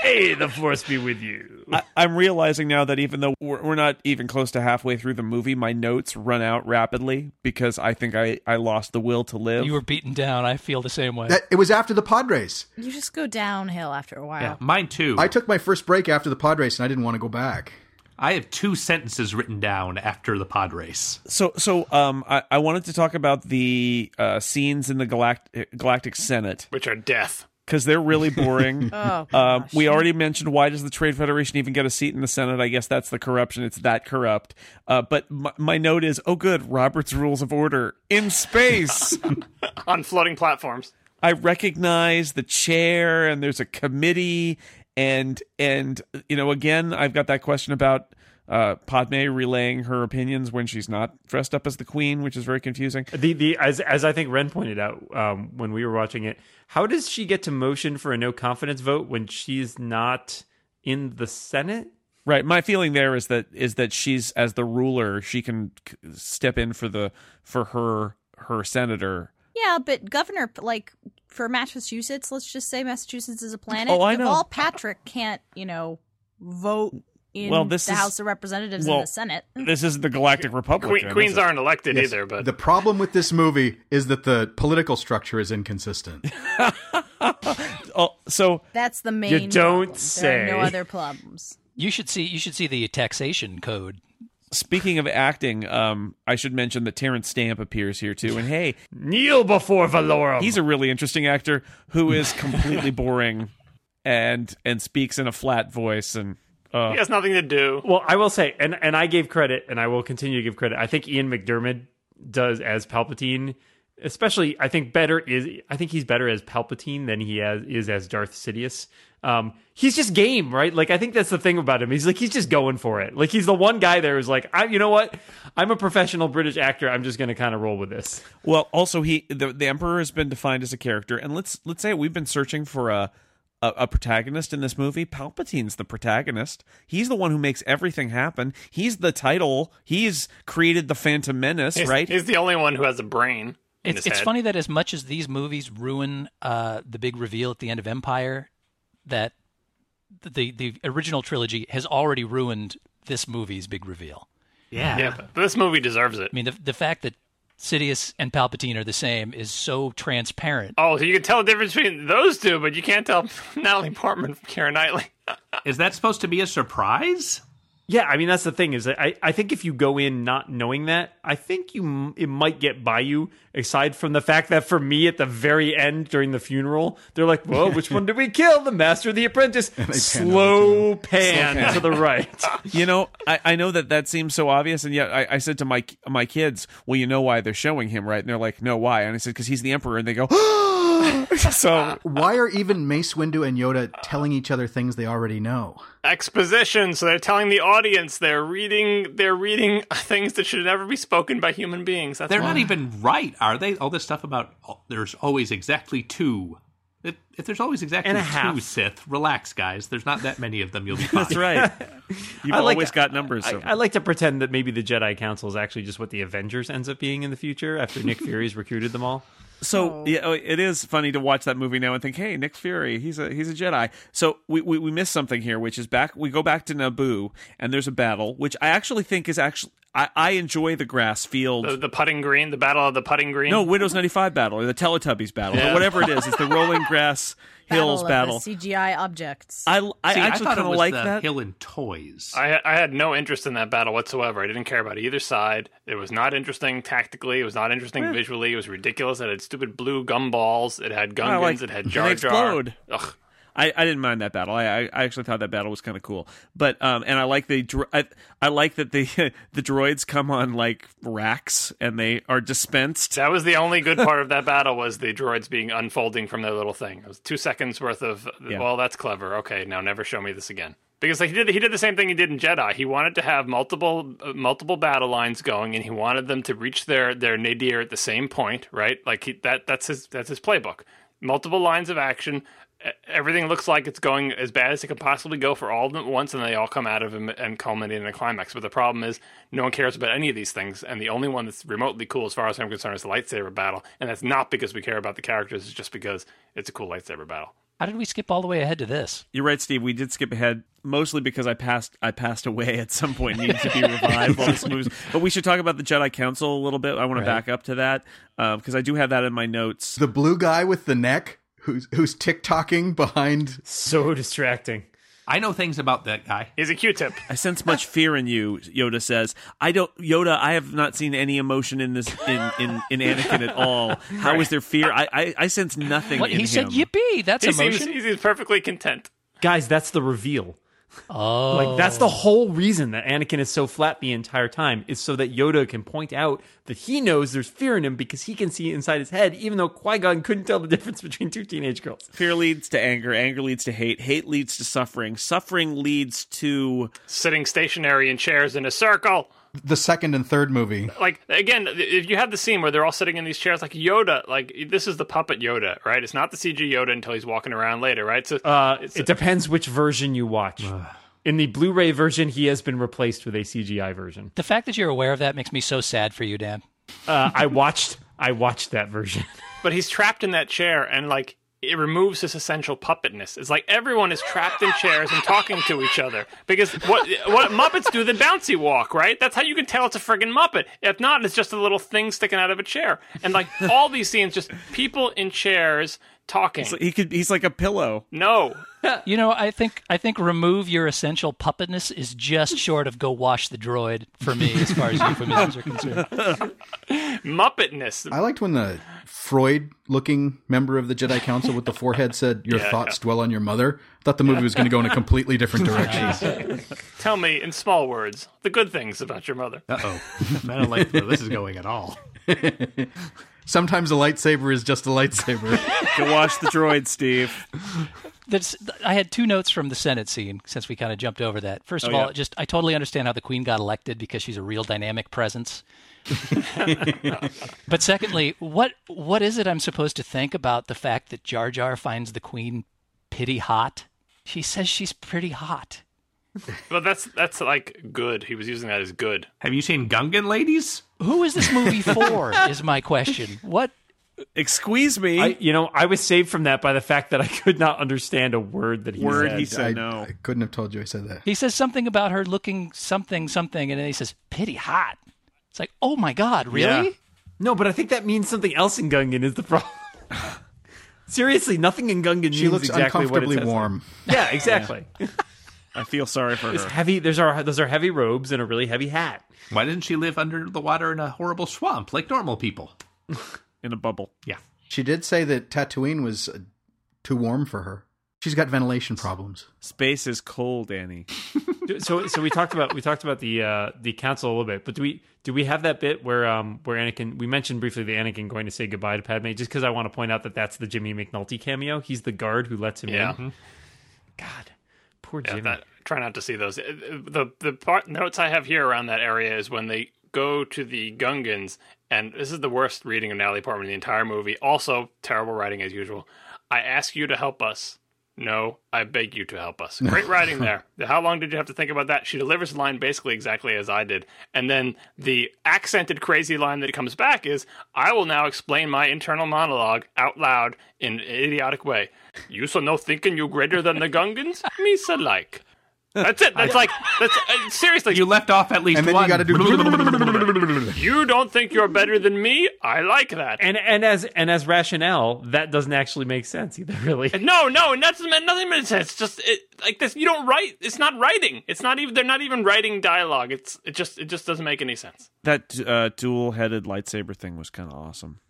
A: hey, the force be with you.
C: I, I'm realizing now that even though we're, we're not even close to halfway through the movie, my notes run out rapidly because I think I, I lost the will to live.
F: you were beaten down. I feel the same way.
H: That, it was after the pod race.
G: You just go downhill after a while.
E: Yeah, mine too.
H: I took my first break after the pod race and I didn't want to go back.
E: I have two sentences written down after the pod race.
C: so so um I, I wanted to talk about the uh, scenes in the Galact- Galactic Senate
A: Which are death. (laughs)
C: because they're really boring.
G: Oh,
C: Um, we already mentioned why does the Trade Federation even get a seat in the Senate? I guess that's the corruption. It's that corrupt. Uh, but my, my note is, oh, good, Robert's Rules of Order in space.
A: on floating platforms.
C: I recognize the chair, and there's a committee, and and you know, again, I've got that question about uh, Padme relaying her opinions when she's not dressed up as the queen, which is very confusing.
I: The the as as I think Ren pointed out um, when we were watching it, how does she get to motion for a no confidence vote when she's not in the Senate?
C: Right. My feeling there is that is that she's as the ruler, she can c- step in for the for her her senator.
G: Yeah, but governor, like for Massachusetts, let's just say Massachusetts is a planet.
C: Oh, I know.
G: All Patrick can't, you know, vote in
C: Well, this
G: the
C: is-
G: House of Representatives
C: well,
G: and the Senate.
C: This isn't the Galactic Republic.
A: Que-
C: Ren,
A: queens
C: is it?
A: aren't elected either, but
H: The problem with this movie is that the political structure
A: (laughs)
H: is inconsistent.
C: Oh, so
G: That's the main.
I: don't
G: problem. There are no
I: say.
G: other problems.
F: You should see. You should see the taxation code.
C: speaking of acting, um, I should mention that Terrence Stamp appears here too. And hey,
I: Kneel before Valorum.
C: he's a really interesting actor who is completely boring and and speaks in a flat voice and uh,
A: he has nothing to
F: (laughs)
A: do.
I: well, I will say, and and I gave credit, and I will continue to give credit. I think Ian McDermott does as Palpatine, especially. I think better is. I think he's better as Palpatine than he has, is as Darth Sidious. Um, he's just game, right? Like I think that's the thing about him. He's like he's just going for it. Like he's the one guy there who's like, I, you know what? I'm a professional British actor. I'm just gonna kind of roll with this.
C: well, also he the, the Emperor has been defined as a character, and let's let's say we've been searching for a. A, a protagonist in this movie, Palpatine's the protagonist. He's the one who makes everything happen. He's the title. He's created the Phantom Menace,
A: He's,
C: right?
A: He's the only one who has a brain. in
F: It's,
A: his
F: it's
A: head.
F: funny that as much as these movies ruin uh, the big reveal at the end of Empire, that the the original trilogy has already ruined this movie's big reveal.
A: Yeah, but this movie deserves it.
F: I mean, the the fact that Sidious and Palpatine are the same is so transparent.
A: Oh, so you can tell the difference between those two, but you can't tell (laughs) Natalie Portman from Karen Knightley.
E: Is that supposed to be a surprise?
I: Yeah, I mean that's the thing is that I, I think if you go in not knowing that, I think you m- it might get by you. Aside from the fact that for me at the very end during the funeral, they're like, "Well, which one did we kill? The master, or the apprentice?" Slow pan to the right.
C: you know, I, I know that that seems so obvious, and yet I, I said to my my kids, "Well, you know why they're showing him, right?" And they're like, "No, why?" And I said, "Because he's the emperor." And they go, (laughs) (gasps) "So
A: Uh,
H: Why are even Mace Windu and Yoda telling each other things they already know?
A: Exposition. So they're telling the audience they're reading they're reading (laughs) things that should never be spoken by human beings. That's
E: They're
A: why.
E: not even right, are they? All this stuff about oh, there's always exactly two. If, if there's always exactly
I: And a
E: two
I: half.
E: Sith, relax, guys. There's not that many of them. You'll be fine.
C: that's right. (laughs) You've
I: I like-
C: always got numbers."
I: I,
C: so-
I: I like to pretend that maybe the Jedi Council is actually just what the Avengers ends up being in the future after Nick Fury's recruited them all.
C: So yeah, oh, it is funny to watch that movie now and think, "Hey, Nick Fury, he's a he's a Jedi." So we, we we miss something here, which is back. We go back to Naboo, and there's a battle, which I actually think is actually I, I enjoy the grass field.
A: the, the putting green, the battle of the putting green.
C: no, Windows 95 battle or the Teletubbies battle or
A: Yeah.
C: whatever it is.
E: (laughs)
C: It's the rolling grass hills battle.
G: battle. Of the CGI objects.
C: I, I
E: See, I,
C: actually
E: thought
C: kind
E: it
C: of
E: was
C: like
E: the
C: that.
E: hill and toys.
A: I I had no interest in that battle whatsoever. I didn't care about either side. It was not interesting tactically. It was not interesting visually. It was ridiculous. It had stupid blue gumballs. It had gun
C: I like-
A: guns. it had
C: they
A: Jar Jar.
C: explode.
A: Ugh.
C: I, I didn't mind that battle. I, I I actually thought that battle was kind of cool. But um, and I like the dro- I, I like that the (laughs) the droids come on like racks and they are dispensed.
A: That was the only good part of that battle was the droids being unfolding from their little thing. It was two seconds worth of well, that's clever. Okay, now never show me this again. Because like he did, he did the same thing he did in Jedi. He wanted to have multiple uh, multiple battle lines going, and he wanted them to reach their their nadir at the same point, right? Like he, that that's his that's his playbook. multiple lines of action. E- Everything looks like it's going as bad as it can possibly go for all of them at once, and they all come out of them and culminate in a climax. But the problem is, no one cares about any of these things, and the only one that's remotely cool, as far as I'm concerned, is the lightsaber battle. And that's not because we care about the characters; it's just because it's a cool lightsaber battle.
F: How did we skip all the way ahead to this?
D: You're right, Steve. We did skip ahead mostly because I passed. I passed away at some point, needed to be revived while this
F: (laughs)
D: moves. But we should talk about the Jedi Council a little bit. I want to back up to that because I do have that in my notes.
H: The blue guy with the neck who's who's tick tocking behind
I: So distracting.
E: I know things about that guy.
A: He's a Q-tip.
D: I sense much fear in you, Yoda says. I don't, Yoda. I have not seen any emotion in this in in, in Anakin at
F: (laughs)
D: all. How is there fear? I I, I sense nothing.
F: What
D: in
F: he
D: him.
F: said, "Yippee!" That's
A: He
F: emotion.
A: seems, he seems perfectly content.
I: Guys, that's the reveal. (laughs)
F: oh,
I: Like that's the whole reason that Anakin is so flat the entire time is so that Yoda can point out that he knows there's fear in him because he can see inside his head, even though Qui Gon couldn't tell the (laughs) difference between two teenage girls.
D: Fear leads to anger. Anger leads to hate. Hate leads to suffering. Suffering leads to
A: sitting stationary in chairs in a circle.
H: the second and third movie.
A: Like again, if you have the scene where they're all sitting in these chairs, like Yoda, like this is the puppet Yoda, right? It's not the CG Yoda until he's walking around later, right? So
I: Uh, it depends which version you watch. In the Blu-ray version, he has been replaced with a CGI version.
F: the fact that you're aware of that makes me so sad for you, Dan.
I: Uh, I watched. I watched that version.
A: but he's trapped in that chair and like it removes his essential puppetness. It's like everyone is trapped in chairs and talking to each other because what what Muppets do the bouncy walk, right? That's how you can tell it's a friggin' Muppet. If not, it's just a little thing sticking out of a chair. And like all these scenes, just people in chairs talking.
D: he could. He's like a pillow.
A: No,
F: You know, I think I think remove your essential puppetness is just short of go wash the droid for me, as far as (laughs) euphemisms are concerned.
A: Muppetness.
H: I liked when the Freud looking member of the Jedi Council
I: (laughs)
H: with the forehead said, Your thoughts dwell on your mother. I thought the movie was going to go in a completely different direction.
A: Tell me in small words the good things about your mother.
E: Uh (laughs) oh. I don't like where this is going at all.
H: Sometimes a lightsaber is just
I: (laughs)
H: a lightsaber.
D: Go wash the droid, Steve.
F: That's, I had two notes from the Senate scene since we kind of jumped over that. First of all, just I totally understand how the Queen got elected because she's a real dynamic presence. but secondly, what what is it I'm supposed to think about the fact that Jar Jar finds the Queen pity hot? She says she's pretty hot.
A: Well, that's that's like good. He was using that as good.
E: Have you seen Gungan Ladies?
F: Who is this movie for? is my question. What
D: Excuse me.
I: I, you know, I was saved from that by the fact that I could not understand a word that he
D: Word
I: said.
D: he said
H: I,
D: no.
H: (laughs) I couldn't have told you I said that.
F: He says something about her looking something something, and then he says pity hot. It's like, oh my god, really?
I: No, but I think that means something else in Gungan is the problem. (laughs) Seriously, nothing in Gungan
H: She
I: means
H: looks
I: exactly what it
H: uncomfortably
I: says.
H: warm.
I: Yeah, exactly.
D: I feel sorry for
I: It's
D: her.
I: heavy. There's our those are heavy robes and a really heavy hat.
E: Why didn't she live under the water in a horrible swamp like normal people?
D: In a bubble.
H: She did say that Tatooine was uh, too warm for her. She's got
I: (laughs)
H: ventilation problems.
D: Space is cold, Annie.
I: So, so we talked about we talked about the uh, the council a little bit, but do we do we have that bit where um where Anakin we mentioned briefly the Anakin going to say goodbye to Padme just because I want to point out that that's the Jimmy McNulty cameo. He's the guard who lets him
A: Yeah. Mm-hmm.
I: in. God, poor
A: Yeah,
I: Jimmy.
A: that- try not to see those. Uh, The the part notes I have here around that area is when they go to the Gungans, and this is the worst reading of Natalie Portman in the entire movie. Also, terrible writing as usual. I ask you to help us. No, I beg you to help us. Great writing there. How long did you have to think about that? She delivers the line basically exactly as I did. And then the accented crazy line that comes back is I will now explain my internal monologue out loud in an idiotic way. You so no thinking you greater than the Gungans? Me so like. That's it. That's like, that's uh, seriously.
E: You
A: You,
E: left off at least
H: And then
E: one.
H: you got to
E: (laughs)
H: do.
A: don't think you're better than me? I like that.
I: and and as and as rationale, that doesn't actually make sense either. Really, (laughs)
A: No, no, and that's nothing makes sense. It's just it, like this. You don't write. It's not writing. It's not even. They're not even writing dialogue. It's it just it just doesn't make any sense.
D: That uh, dual-headed lightsaber thing was kind of awesome.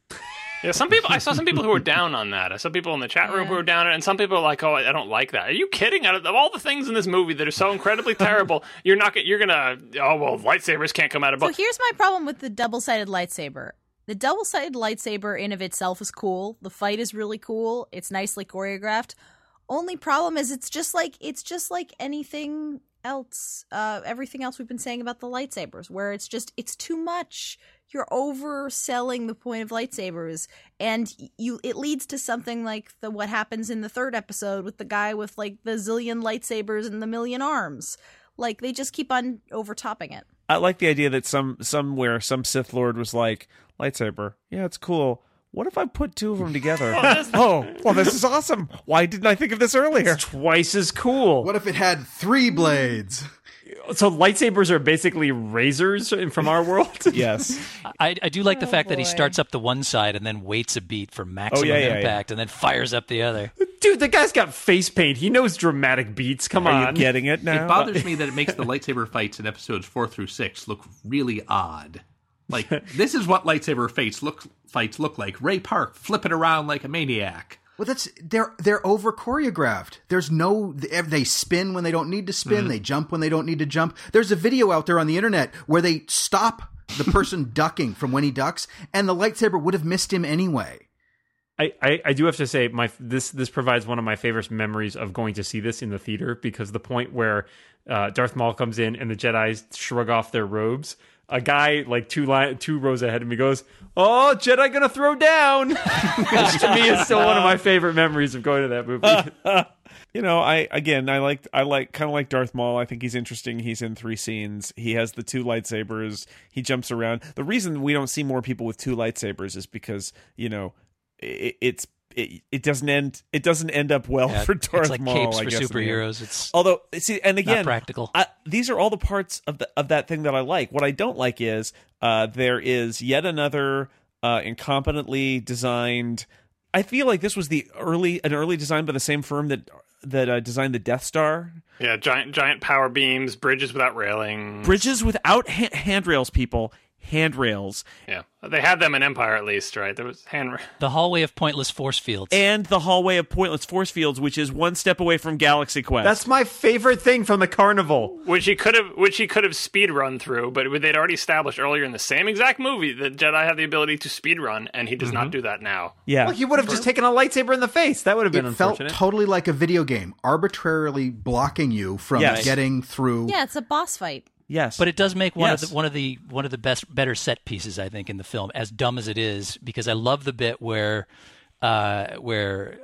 A: Yeah, some people. I saw some people who were down on that. I saw people in the chat room who were down on it, and some people are like, "Oh, I I don't like that." Are you kidding? Out of all the things in this movie that are so incredibly terrible, (laughs) you're not. gonna- You're gonna. Oh well, lightsabers can't come out of
G: So
A: books.
G: here's my problem with the double sided lightsaber. The double sided lightsaber in of itself is cool. The fight is really cool. It's nicely choreographed. Only problem is it's just like it's just like anything else. Uh, everything else we've been saying about the lightsabers, where it's just it's too much. you're overselling the point of lightsabers and you it leads to something like the what happens in the third episode with the guy with like the zillion lightsabers and the million arms. Like they just keep on overtopping it.
C: I like the idea that some somewhere some Sith Lord was like lightsaber. Yeah, it's cool. What if I put two of them together? oh, well, this is awesome. Why didn't I think of this earlier?
I: Twice as cool.
H: What if it had three blades?
I: So lightsabers are basically razors from our world. (laughs)
C: Yes.
F: I, I do like the fact that he starts up the one side and then waits a beat for maximum
C: yeah, yeah,
F: impact and then fires up the
C: (laughs)
F: other.
I: Dude, the guy's got face paint. He knows dramatic beats. Come
C: Are you
I: on.
C: getting it now?
E: It bothers me that it makes the lightsaber fights in episodes four through six look really odd. Like this is what lightsaber fights look fights look like. Ray Park flipping around like a maniac.
H: Well, that's they're they're over choreographed. There's no they spin when they don't need to
I: Mm-hmm.
H: spin. They jump when they don't need to jump. There's a video out there on the internet where they stop
I: (laughs)
H: the person ducking from when he ducks, and the lightsaber would have missed him anyway.
I: I, I, I do have to say my this this provides one of my favorite memories of going to see this in the theater because the point where uh, Darth Maul comes in and the Jedi's shrug off their robes. A guy like two line, two rows ahead of me goes, "Oh, Jedi gonna throw down," (laughs) which to me is still one of my favorite memories of going to that movie.
C: you know, I again, I like, I like, kind of like Darth Maul. I think he's interesting. He's in three scenes. He has the two lightsabers. He jumps around. The reason we don't see more people with two lightsabers is because you know, it, it's it, it doesn't end it doesn't end up well
F: Yeah,
C: for Darth
F: it's like
C: Maul.
F: capes
C: I
F: for
C: guess, in the end.
F: superheroes. It's
C: Although, see, and again,
F: practical.
C: I, these are all the parts of the of that thing that I like. What I don't like is uh, there is yet another uh, incompetently designed. I feel like this was the early an early design by the same firm that that uh, designed the Death Star.
A: Yeah, giant giant power beams, bridges without railing.
C: Bridges without ha- handrails, people handrails,
A: yeah, they had them in Empire at least, right? There was hand.
F: the hallway of pointless force fields.
C: and the hallway of pointless force fields, which is one step away from Galaxy Quest.
I: (laughs) That's my favorite thing from the carnival.
A: (laughs) which he could have which he could have speed run through, but they'd already established earlier in the same exact movie that Jedi have the ability to speed run, and he does
F: Mm-hmm.
A: not do that now.
C: yeah.
I: Well, he would have just taken a lightsaber in the face. That would have been
H: It felt
I: unfortunate.
H: totally like a video game, arbitrarily blocking you from
C: Yes.
H: getting through.
G: Yeah, it's a boss fight.
C: yes,
F: But it does make one
C: Yes.
F: of the, one of the one of the best better set pieces I think in the film, as dumb as it is, because I love the bit where uh, where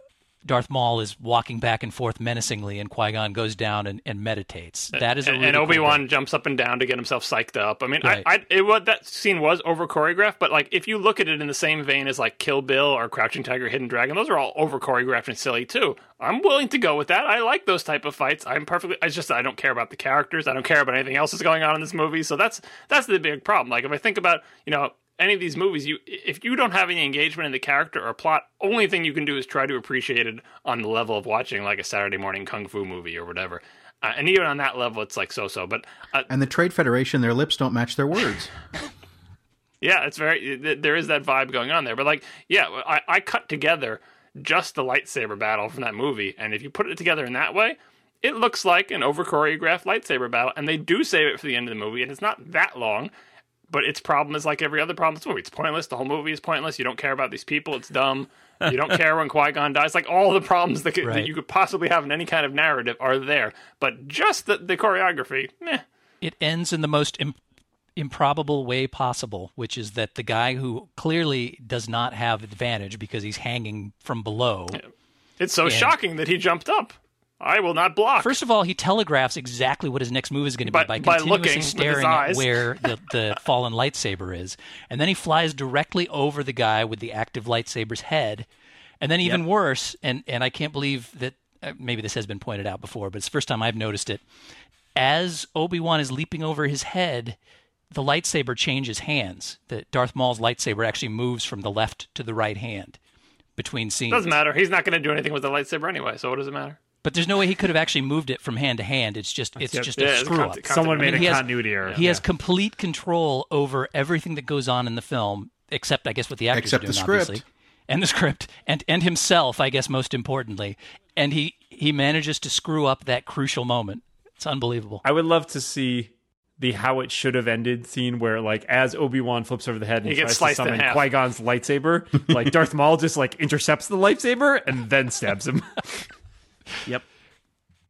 F: Darth Maul is walking back and forth menacingly, and Qui Gon goes down and, and meditates. That is a
A: and,
F: really
A: and
F: cool
A: Obi Wan
F: bit.
A: jumps up and down to get himself psyched up. I mean,
F: Right.
A: I, I it, what that scene was over choreographed, but like if you look at it in the same vein as like Kill Bill or Crouching Tiger, Hidden Dragon, those are all over choreographed and silly too. I'm willing to go with that. I like those type of fights. I'm perfectly. It's just that I don't care about the characters. I don't care about anything else that's going on in this movie. So that's that's the big problem. Like if I think about you know any of these movies, you if you don't have any engagement in the character or plot, only thing you can do is try to appreciate it on the level of watching like a Saturday morning kung fu movie or whatever. Uh, and even on that level, it's like so so. But uh,
H: And the Trade Federation, their lips don't match
I: (laughs)
H: their words.
A: yeah, it's very th- there is that vibe going on there. But like, yeah, I, I cut together just the lightsaber battle from that movie, and if you put it together in that way, it looks like an over choreographed lightsaber battle. And they do save it for the end of the movie, and it's not that long. But its problem is like every other problem. in this movie. It's pointless. The whole movie is pointless. You don't care about these people. It's dumb. You don't care when Qui Gon dies. Like all the problems that, could,
F: Right.
A: that you could possibly have in any kind of narrative are there. But just the, the choreography, meh.
F: it ends in the most Im- improbable way possible, which is that the guy who clearly does not have advantage because he's hanging from below.
A: It's so shocking that he jumped up. I will not block.
F: First of all, he telegraphs exactly what his next move is going to
A: By-
F: be by
A: by
F: continuously
A: looking with his
F: staring at
A: eyes.
F: where
A: (laughs)
F: the, the fallen lightsaber is. And then he flies directly over the guy with the active lightsaber's head. And then even worse, and, and I can't believe that uh, maybe this has been pointed out before, but it's the first time I've noticed it. As Obi-Wan is leaping over his head, the lightsaber changes hands. That Darth Maul's lightsaber actually moves from the left to the right hand between scenes.
A: Doesn't matter. He's not going to do anything with the lightsaber anyway, so what does it matter?
F: But there's no way he could have actually moved it from hand to hand. It's just it's
I: Yeah,
F: just
A: yeah,
F: a
A: it's a
F: screw up.
A: concept- Someone
F: I mean,
A: made a
F: he has-
I: continuity error.
F: He has complete control over everything that goes on in the film, except I guess what the actors
H: Except
F: are
H: the
F: doing,
H: script.
F: obviously, and the script, and and himself, I guess most importantly. And he he manages to screw up that crucial moment. It's unbelievable.
I: I would love to see the how it should have ended scene where like as Obi Wan flips over the head and
A: He gets
I: tries to
A: sliced in
I: summon
A: half.
I: Qui Gon's lightsaber, like Darth Maul just like intercepts the lightsaber and then stabs him.
C: yep.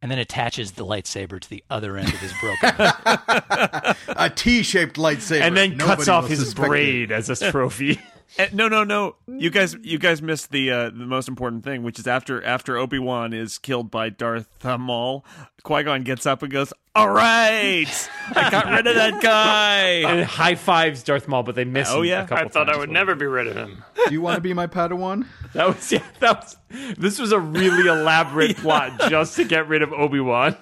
F: and then attaches the lightsaber to the other end of his broken.
H: (laughs)
F: hand.
H: A T-shaped lightsaber,
I: and then
H: Nobody
I: cuts off
H: will
I: his
H: suspect it. (laughs)
I: braid as a trophy.
C: Eh, no, no, no. You guys, you guys missed the uh, the most important thing, which is after after Obi Wan is killed by Darth uh, Maul, Qui Gon gets up and goes, "All right, I got rid of that guy."
I: (laughs) and high fives Darth Maul, but they miss.
C: Oh,
I: him
C: yeah.
I: a
A: I
I: couple
A: thought I
I: times.
A: would never be rid of him.
H: Do you want to be my Padawan?
I: That was yeah. That was. This was a
H: (laughs)
I: really elaborate plot just to get rid of Obi Wan.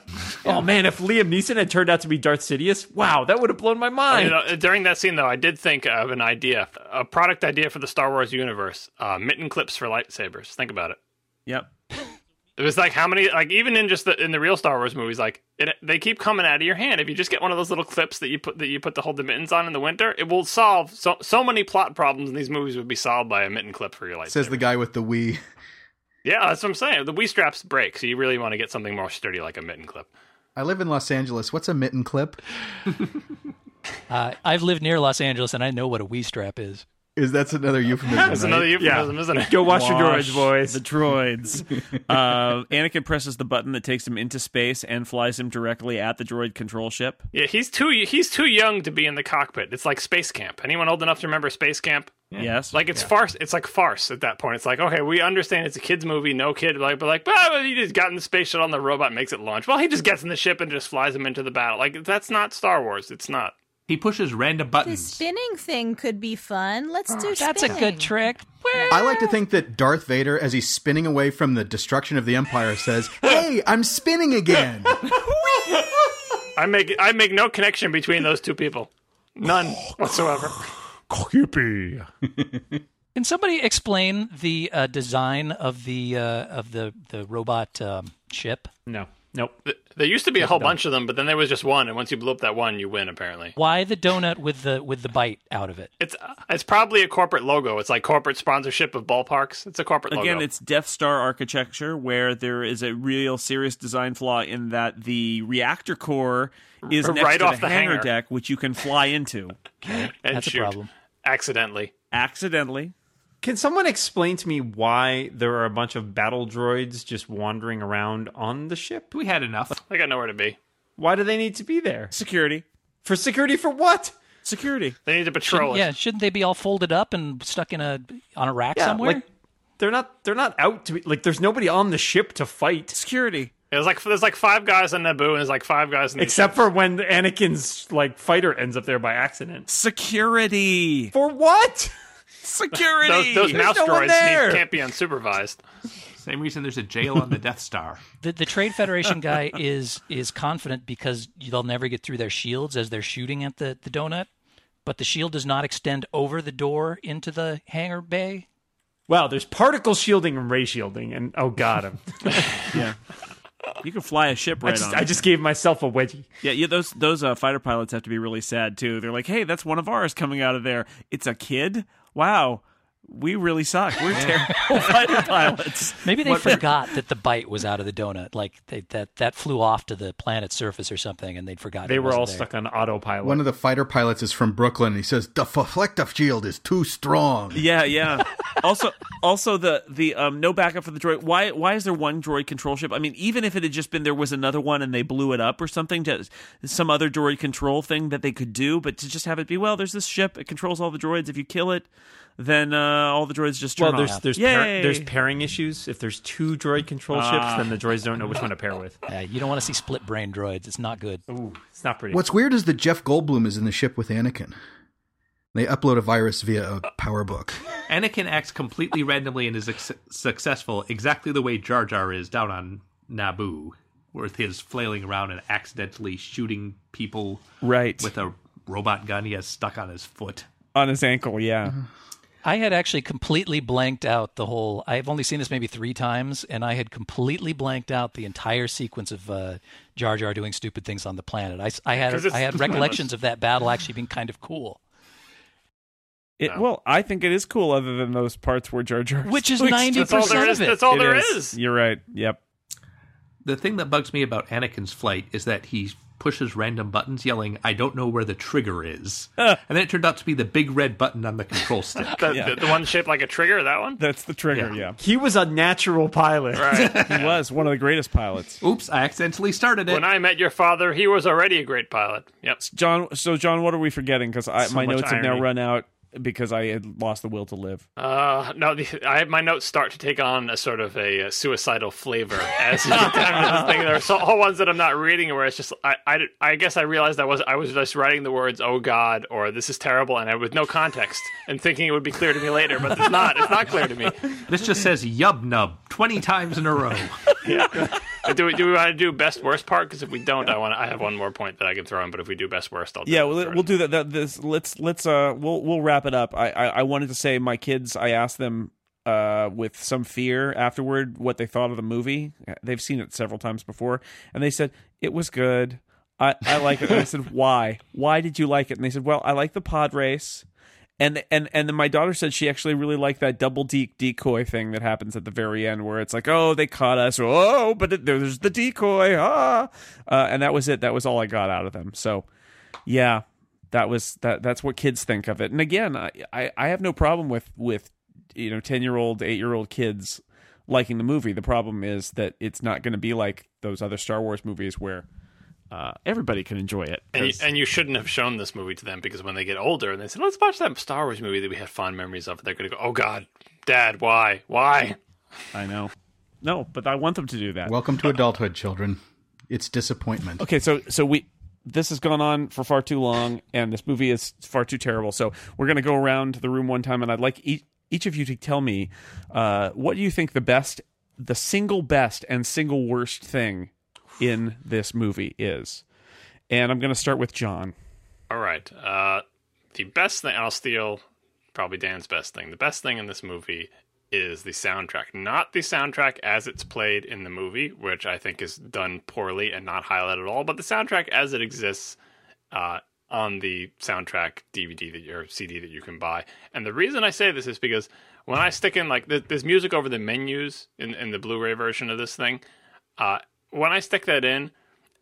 I: Oh man, if Liam Neeson had turned out to be Darth Sidious, wow, that would have blown my
A: You
I: mind.
A: know, uh, during that scene, though, I did think of an idea, a product idea for the Star Wars universe: uh, mitten clips for lightsabers. Think about it.
C: yep.
A: It was like how many, like even in just the in the real Star Wars movies, like it, they keep coming out of your hand. If you just get one of those little clips that you put that you put to hold the mittens on in the winter, it will solve so so many plot problems in these movies would be solved by a mitten clip for your lightsaber.
H: Says the guy with the Wii.
A: yeah, that's what I'm saying. The Wii straps break, so you really want to get something more sturdy like a mitten clip.
H: I live in Los Angeles. What's a mitten clip?
F: Uh, I've lived near Los Angeles, and I know what a wee strap is.
H: Is that's another euphemism?
A: That's
H: right?
A: another euphemism, isn't it? (laughs)
I: Go wash, your droids, boys.
C: The
I: (laughs)
C: droids. uh, Anakin presses the button that takes him into space and flies him directly at the droid control ship.
A: Yeah, he's too he's too young to be in the cockpit. It's like space camp. Anyone old enough to remember space camp?
C: Yes.
A: Like it's farce. It's like farce at that point. It's like okay, we understand it's a kids movie, no kid. Like, but like, "Ah, but he just got in the space shuttle, and the robot makes it launch. Well, he just gets in the ship and just flies him into the battle. Like that's not Star Wars. It's not.
E: He pushes random
G: The
E: buttons.
G: spinning thing could be fun. Let's do
F: That's a
G: spinning.
F: good trick.
H: I like to think that Darth Vader, as he's spinning away from the destruction of the
E: (laughs)
H: Empire, says, "Hey, I'm spinning again."
A: I make I make no connection between those two people. None whatsoever.
F: Can somebody explain the uh, design of the uh, of the the robot um, ship?
I: No, nope.
A: Th- There used to be a whole bunch of them, but then there was just one. And once you blew up that one, you win. Apparently,
F: Why the donut with the with the bite out of it?
A: it's it's probably a corporate logo. It's like corporate sponsorship of ballparks. It's a corporate logo.
C: Again, it's Death Star architecture, where there is a real serious design flaw in that the reactor core is
A: R- (laughs)
C: next
A: right
C: to
A: off
C: the
A: the
C: hangar,
A: hangar.
C: deck, which you can fly into
A: and
F: That's a
A: shoot.
F: problem.
A: Accidentally.
C: accidentally.
I: Can someone explain to me why there are a bunch of battle droids just wandering around on the ship?
E: we had enough.
A: I got nowhere to be.
I: Why do they need to be there?
C: Security,
I: For security for what?
C: security.
A: They need to patrol it.
F: Yeah, shouldn't they be all folded up and stuck in a on a rack somewhere?
I: like they're not they're not out to be like there's nobody on the ship to fight
C: Security.
A: It was like there's like five guys on Naboo and there's like five guys in the
I: except for when Anakin's like fighter ends up there by accident.
C: Security.
I: For what?
C: Security.
A: those, those
I: There's
A: mouse
I: no one
A: droids
I: there.
A: need, can't be unsupervised.
E: Same reason there's a jail on the Death Star.
F: the, the Trade Federation guy (laughs) is is confident because they'll never get through their shields as they're shooting at the, the donut, but the shield does not extend over the door into the hangar bay.
I: Wow, there's particle shielding and ray shielding, and oh god, I'm,
C: you can fly a ship
I: I
C: right
I: just
C: on.
I: I just gave myself a wedgie.
C: yeah, yeah. Those those uh, fighter pilots have to be really sad too. They're like, hey, that's one of ours coming out of there. It's a kid. Wow. We really suck. We're terrible (laughs) fighter pilots.
F: Maybe they forgot that the bite was out of the donut, like they, that that flew off to the planet's surface or something, and they'd forgotten.
I: They
F: it
I: were
F: wasn't
I: all
F: there.
I: stuck on autopilot.
H: One of the fighter pilots is from Brooklyn, and he says, "The reflective shield is too strong."
C: Yeah, yeah. also, also the the um, no backup for the droid. Why why is there one droid control ship? I mean, even if it had just been there was another one and they blew it up or something, to, some other droid control thing that they could do, but to just have it be well, there's this ship. It controls all the droids. If you kill it, then uh, all the droids just turn
I: well, there's
C: off.
I: there's
C: Yay!
I: pair, there's pairing issues. If there's two droid control ships, then the droids don't know which one to pair with.
F: Yeah, you don't want to see split brain droids. It's not good.
I: Ooh, it's not pretty.
H: What's weird is that Jeff Goldblum is in the ship with Anakin. They upload a virus via a power book.
E: Anakin acts completely randomly and is ex- successful, exactly the way Jar Jar is down on Naboo, with his flailing around and accidentally shooting people
C: right
E: with a robot gun he has stuck on his foot.
C: on his ankle. Yeah,
F: I had actually completely blanked out the whole. I've only seen this maybe three times, and I had completely blanked out the entire sequence of uh, Jar Jar doing stupid things on the planet. I, s- I
A: 'Cause
F: had
A: it's
F: I
A: (laughs)
F: had
A: pointless.
F: recollections of that battle actually being kind of cool,
C: it, well, I think it is cool, other than those parts where Jar Jar
F: which is
C: doing
F: ninety
A: That's all there
F: percent
A: is.
F: of it.
A: That's all
C: It
A: there
C: is.
A: is.
C: You're right. Yep.
E: The thing that bugs me about Anakin's flight is that he pushes random buttons, yelling, I don't know where the trigger is. and then it turned out to be the big red button on the control stick.
A: The, the, the one shaped like a trigger, that one?
C: That's the trigger. Yeah,
I: He was a natural pilot.
A: Right.
C: (laughs) he was one of the greatest pilots.
E: Oops, I accidentally started it.
A: when I met your father, he was already a great pilot. Yep.
C: John, so John, what are we forgetting? Because
A: So
C: my
A: much
C: notes have now
A: irony.
C: run out because I had lost the will to live.
A: Uh, no, the, I my notes start to take on a sort of a, uh suicidal flavor as you get down to this thing. There are so, whole ones that I'm not reading, where it's just I, I, I guess I realized I was I was just writing the words "Oh God" or "This is terrible" and I with no context and thinking it would be clear to me later, but it's not. It's not clear to me.
E: This just says yub nub 20 times in a row.
A: Do we, do we want to do best worst part? Because if we don't, I want I have one more point that I can throw in. But if we do best worst, I'll do
C: Yeah,
A: it
C: we'll,
A: first.
C: we'll do that. that this, let's let's uh, we'll we'll wrap it up. I, I I wanted to say my kids. I asked them uh with some fear afterward what they thought of the movie. They've seen it several times before, and they said it was good. I I like it. And I said (laughs) why? Why did you like it? And they said, well, I like the pod race. And and and then my daughter said she actually really liked that double deek decoy thing that happens at the very end where it's like oh they caught us or, oh but it, there's the decoy ah uh, and that was it that was all I got out of them so yeah that was that that's what kids think of it and again I, I i have no problem with with you know 10 year old 8 year old kids liking the movie the problem is that it's not going to be like those other star wars movies where uh, everybody can enjoy it
A: And you,
C: 'cause-
A: and you shouldn't have shown this movie to them because when they get older and they say, "Let's watch that Star Wars movie that we had fond memories of," they're going to go, "Oh God, Dad, why, why?"
C: i know no but i want them to do that
H: Welcome to adulthood, children. It's disappointment.
C: okay so so we this has gone on for far too long and this movie is far too terrible so we're going to go around the room one time and i'd like each, each of you to tell me uh, what do you think the best the single best and single worst thing in this movie is and i'm going to start with john
A: All right. Uh, the best thing, and I'll steal probably Dan's best thing. The best thing in this movie is the soundtrack, not the soundtrack as it's played in the movie, which I think is done poorly and not highlighted at all, but the soundtrack as it exists uh, on the soundtrack DVD that or CD that you can buy. And the reason I say this is because when I stick in like th- there's music over the menus in, in the Blu-ray version of this thing, uh, when I stick that in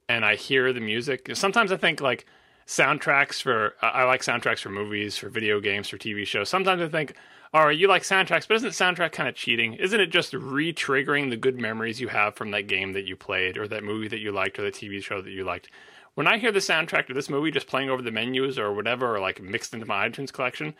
A: and I hear the music, sometimes I think like soundtracks for I I like soundtracks for movies, for video games, for TV shows. Sometimes I think, all right, you like soundtracks, but isn't soundtrack kind of cheating? Isn't it just re-triggering the good memories you have from that game that you played, or that movie that you liked, or the TV show that you liked? When I hear the soundtrack to this movie just playing over the menus or whatever, or like mixed into my iTunes collection,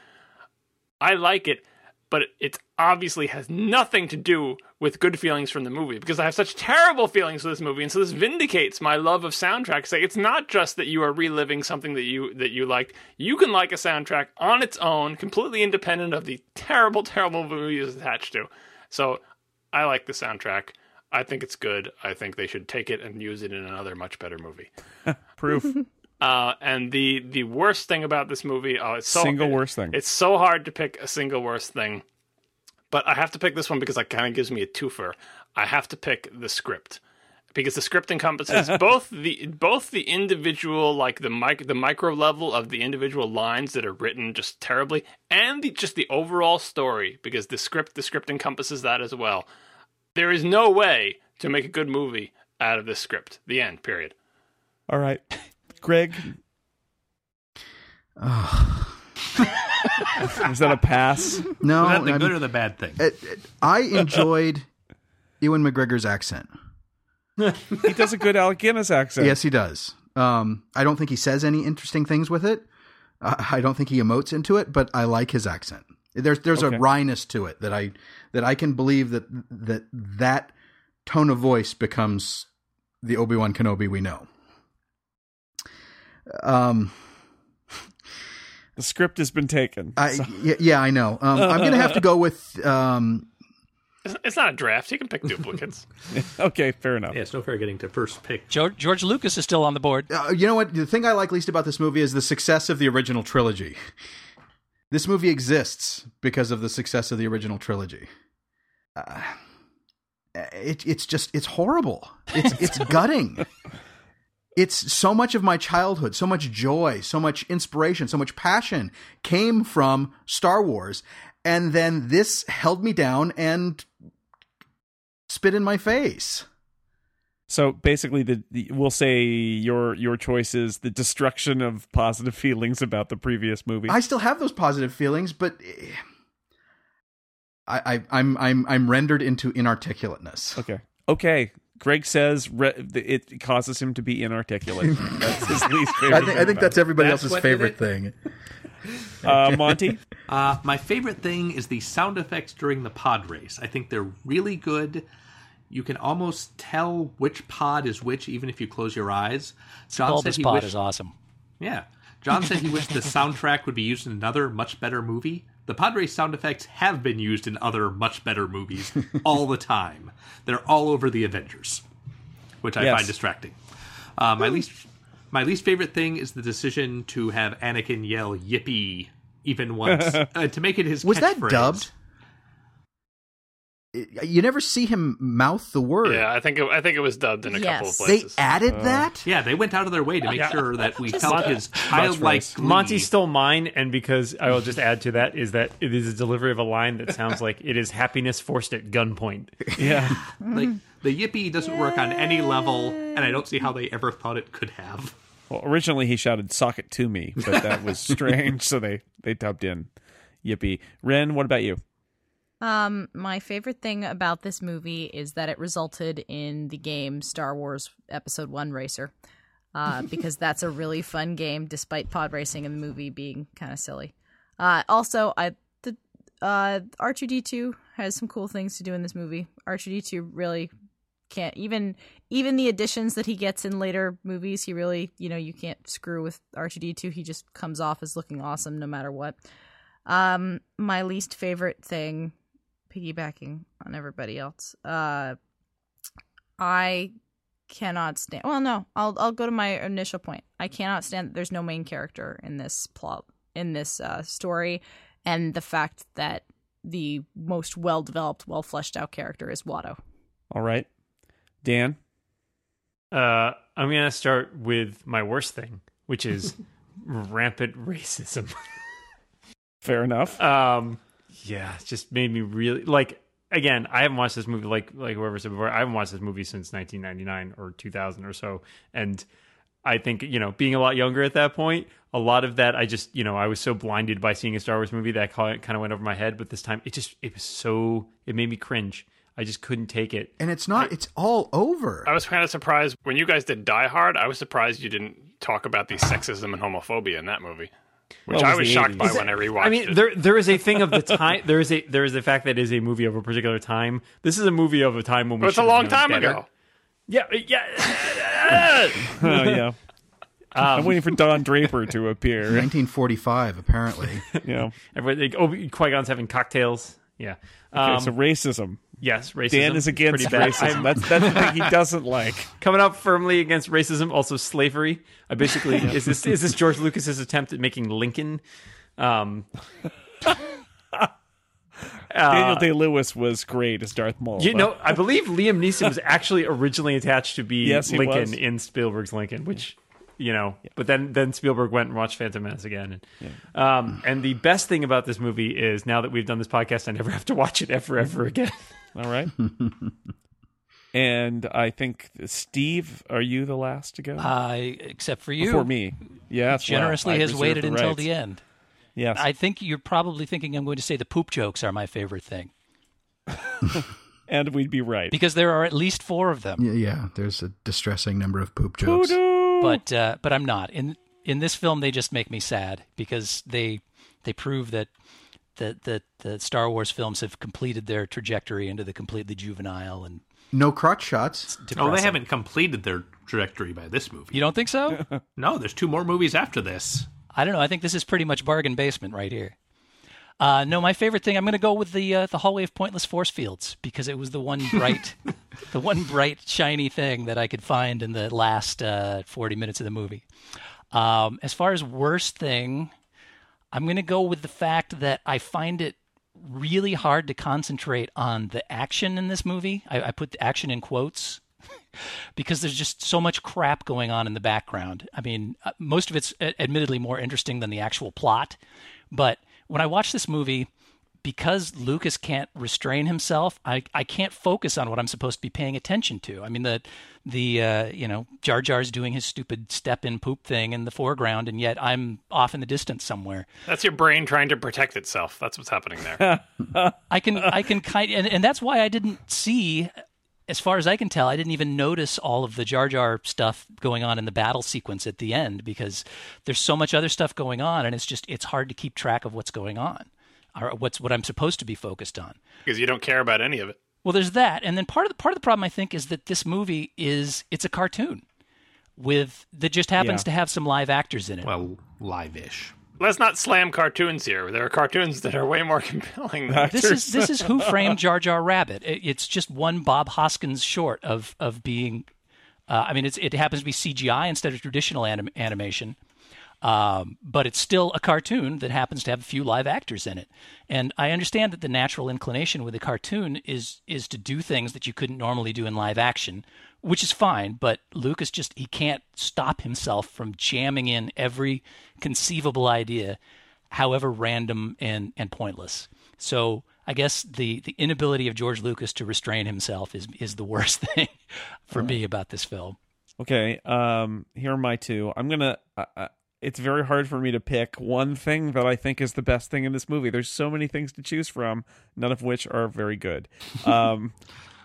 A: I like it, but it- it obviously has nothing to do with good feelings from the movie because I have such terrible feelings for this movie, and so this vindicates my love of soundtracks. Like, it's not just that you are reliving something that you that you liked. You can like a soundtrack on its own, completely independent of the terrible, terrible movie it's attached to. So, I like the soundtrack. I think it's good. I think they should take it and use it in another much better movie.
C: proof
A: Uh, and the the worst thing about this movie, oh, it's so
C: single
A: it-
C: worst thing
A: it's so hard to pick a single worst thing, but I have to pick this one because it kind of gives me a twofer. I have to pick the script because the script
C: (laughs)
A: encompasses both the both the individual like the mic the micro level of the individual lines that are written just terribly and the, just the overall story because the script the script encompasses that as well. There is no way to make a good movie out of this script. The end. Period.
C: all right greg is that a pass
H: No,
E: Was that the
H: I'm-
E: good or the bad thing?
H: it- it- I enjoyed Ewan McGregor's accent.
C: he does a good alec guinness accent
H: Yes, he does. Um, I don't think he says any interesting things with it. I, I don't think he emotes into it, but I like his accent. There's there's
C: Okay.
H: a wryness to it that I that I can believe that that that tone of voice becomes the Obi Wan Kenobi we know. Um,
C: the script has been taken
H: I yeah, yeah, I know. Um, I'm gonna have to go with um,
A: It's, it's not a draft. You can pick duplicates.
C: okay fair enough
E: Yeah, it's no fair getting to first pick.
F: George, George Lucas is still on the board.
H: Uh, you know what? The thing I like least about this movie is the success of the original trilogy. This movie exists because of the success of the original trilogy. Uh, it, it's just it's horrible. It's it's gutting. It's so much of my childhood, so much joy, so much inspiration, so much passion came from Star Wars, and then this held me down and spit in my face.
C: So basically, the, the we'll say your your choice is the destruction of positive (laughs) feelings about the previous movie.
H: I still have those positive feelings, but eh, I, I, I'm I'm I'm rendered into inarticulateness.
C: okay, okay. Greg says re- it causes him to
B: (laughs)
C: be inarticulate. That's his least favorite.
B: I think, I
C: thing
B: think
C: about
B: that's everybody
E: That's
B: else's
E: what did
B: favorite
E: it?
B: thing.
C: it. uh,
B: (laughs)
C: Monty.
E: Uh, my favorite thing is the sound effects during the pod race. I think they're really good. You can almost tell which pod is which, even if you close your eyes. John said
F: Bulbous
E: he
F: Pod
E: wished,
F: is awesome.
E: yeah. John said he wished the soundtrack would be used in another much better movie. The pod race sound effects have been used in other much better movies all the time. They're all over the Avengers, which I
C: Yes.
E: find distracting. Uh, my least, my least favorite thing is the decision to have Anakin yell "Yippee" even once uh, to make it his.
H: Was that
E: catchphrase.
H: dubbed? I- You never see him mouth the word.
A: Yeah, I think it, I think it was dubbed in a couple of
G: Yes.
H: They
A: places.
H: added that.
E: uh, Yeah, they went out of their way to make
A: Yeah.
E: sure that we
G: Just
E: felt
G: like-
E: his childlike. glee.
I: Monty stole mine, and because I will just add to that is that it is a delivery of a line that sounds like it is happiness forced at gunpoint.
C: Yeah.
E: like the yippee doesn't work on any level, and I don't see how they ever thought it could have.
C: Well, originally he shouted "Sock it to me," but that
B: (laughs)
C: was strange, so they they dubbed in "Yippee." Ren, what about you?
G: Um, my favorite thing about this movie is that it resulted in the game Star Wars Episode One Racer, uh, because that's a really fun game, despite pod racing and the movie being kind of silly. Uh, also, I the uh R two D two has some cool things to do in this movie. R two D two really can't even even the additions that he gets in later movies. He really you know you can't screw with R two D two. He just comes off as looking awesome no matter what. Um, my least favorite thing piggybacking on everybody else. Uh, I cannot stand. Well, no, I'll I'll go to my initial point. I cannot stand. There's no main character in this plot in this uh, story, and the fact that the most well developed, well fleshed out character is Watto.
C: All right, Dan.
I: Uh, I'm gonna start with my worst thing, which is (laughs) rampant racism. (laughs)
C: Fair enough.
I: Um, yeah, it just made me really like. Again, I haven't watched this movie like like whoever said before. I haven't watched this movie since 1999 or 2000 or so, and I think you know, being a lot younger at that point, a lot of that I just you know I was so blinded by seeing a Star Wars movie that kind of went over my head. But this time, it just it was so it made me cringe. I just couldn't take it.
H: And it's not. It's all over.
A: I was kind of surprised when you guys did Die Hard. I was surprised you didn't talk about the sexism and homophobia in that movie, which
C: Well, it
A: I
C: was
A: was
C: the
A: shocked
C: 80s.
A: by when I rewatched
I: I mean,
A: it.
I: there there is a thing of the time. There is a there is a fact that it is a movie of a particular time. This is a movie of a time when we.
A: But it's a
I: should have
A: long
I: known
A: time
I: better.
A: ago.
I: Yeah, yeah.
C: Oh yeah. I'm waiting for Don Draper to
H: (laughs)
C: appear.
E: (laughs)
H: 1945, apparently.
C: Yeah.
I: Everybody, like, oh, Qui Gon's having cocktails. Yeah. Um,
C: Okay, so racism.
I: yes, racism.
C: Dan is against
I: pretty bad.
C: racism.
I: I'm
C: That's that's the thing he doesn't
I: (laughs)
C: like.
I: coming up firmly against racism. Also, slavery.
C: (laughs)
I: I basically is this is this George Lucas's attempt at making Lincoln?
C: (laughs)
I: Um, uh,
C: Daniel Day Lewis was great as Darth Maul.
I: you
C: but-
I: know, I believe Liam Neeson was actually originally attached to
C: (laughs)
I: be
C: Yes, he
I: Lincoln
C: was.
I: in Spielberg's Lincoln, which you know. But then then Spielberg went and watched Phantom Menace again. And, um, and the best thing about this movie is now that we've done this podcast, I never have to watch it ever ever again.
C: All
I: (laughs)
C: right. and I think Steve, are you the last to go?
F: I except for Uh, you,
C: Before me. Yeah.
F: generously has waited until the end.
C: Yes.
F: I think you're probably thinking I'm going to say the poop jokes are my favorite thing
C: and we'd be right.
F: because there are at least four of them.
H: yeah, yeah, there's a distressing number of poop jokes.
E: Hmm.
F: But uh, but I'm not in in this film. They just make me sad because they they prove that that that the Star Wars films have completed their trajectory into the completely juvenile and.
H: No crotch shots.
E: Oh, they
F: depressing.
E: haven't completed their trajectory by this movie.
F: You don't
E: (laughs)
F: think so?
E: No, there's two more movies after this.
F: I don't know. I think this is pretty much bargain basement right here. Uh, no, my favorite thing. I'm going to go with the uh, the hallway of pointless force fields because it was the one bright, the one bright shiny thing that I could find in the last uh, 40 minutes of the movie. Um, as far as worst thing, I'm going to go with the fact that I find it really hard to concentrate on the action in this movie. I, I put the action in quotes because there's just so much crap going on in the background. I mean, uh, most of it's a- admittedly more interesting than the actual plot, but when I watch this movie, because Lucas can't restrain himself, I, I can't focus on what I'm supposed to be paying attention to. I mean the the uh, you know Jar Jar's doing his stupid step in poop thing in the foreground, and yet I'm off in the distance somewhere.
A: That's your brain trying to protect itself. That's what's happening there.
F: I can I can kind and, and that's why I didn't see as far as I can tell, I didn't even notice all of the Jar Jar stuff going on in the battle sequence at the end because there's so much other stuff going on and it's just it's hard to keep track of what's going on or what's what I'm supposed to be focused on.
A: Because you don't care about any of it.
F: Well, there's that, and then part of the part of the problem I think is that this movie is it's a cartoon with that just happens
D: Yeah.
F: to have some live actors in it.
E: Well, live-ish.
A: Let's not slam cartoons here. There are cartoons that are way more (laughs) compelling. Than
F: this is this is Who Framed Jar Jar Rabbit. It- it's just one Bob Hoskins short of of being. Uh, I mean, it's, it happens to be CGI instead of traditional anim- animation, um, but it's still a cartoon that happens to have a few live actors in it. And I understand that the natural inclination with a cartoon is is to do things that you couldn't normally do in live action, which is fine. But Lucas just he can't stop himself from jamming in every conceivable idea however random and, and pointless. So I guess the, the inability of George Lucas to restrain himself is is the worst (laughs) thing for me about this film.
C: Okay, um, here are my two. I'm gonna. I I- it's very hard for me to pick one thing that I think is the best thing in this movie. There's so many things to choose from, none of which are very
I: (laughs)
C: good. Um,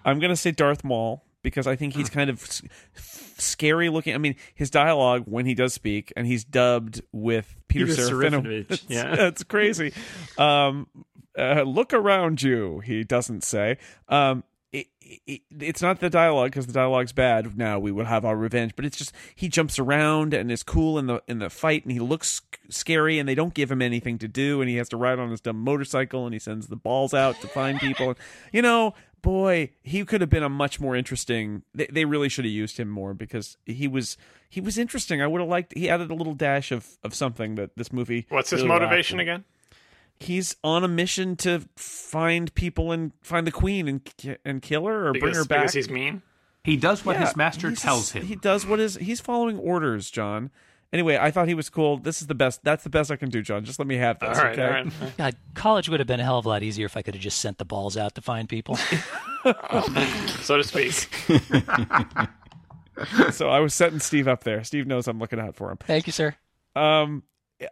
C: I'm gonna say Darth Maul because I think he's kind of s- scary looking. I mean, his dialogue when he does speak, and he's dubbed with Peter,
I: Peter
C: Serafinovich.
I: Serafinovich,
C: That's- (laughs)
I: yeah.
C: that's crazy. Um, uh, look around you, he doesn't say. Um, it, it, it's not the dialogue because the dialogue's bad. Now we will have our revenge, but it's just he jumps around and is cool in the in the fight, and he looks sc- scary, and they don't give him anything to do, and he has to ride on his dumb motorcycle, and he sends the balls out to find people. You know, boy, he could have been a much more interesting. They, they really should have used him more because he was he was interesting. I would have liked. He added a little dash of of something that this movie.
A: What's his
C: really lacked.
A: motivation again?
C: He's on a mission to find people and find the queen and ki- and kill her or bring
A: Because,
C: her back.
A: because he's mean.
E: He does what
C: Yeah,
E: his master
C: he's-
E: tells him.
C: He does what is he's following orders, John. Anyway, I thought he was cool. This is the best. That's the best I can do, John. Just let me have
A: All
C: this.
A: right,
C: okay?
A: all right.
F: God, college would have been a hell of a lot easier if I could have just sent the balls out to find people. (laughs)
A: So to speak.
C: So I was setting Steve up there. Steve knows I'm looking out for him.
F: Thank you, sir.
C: Um,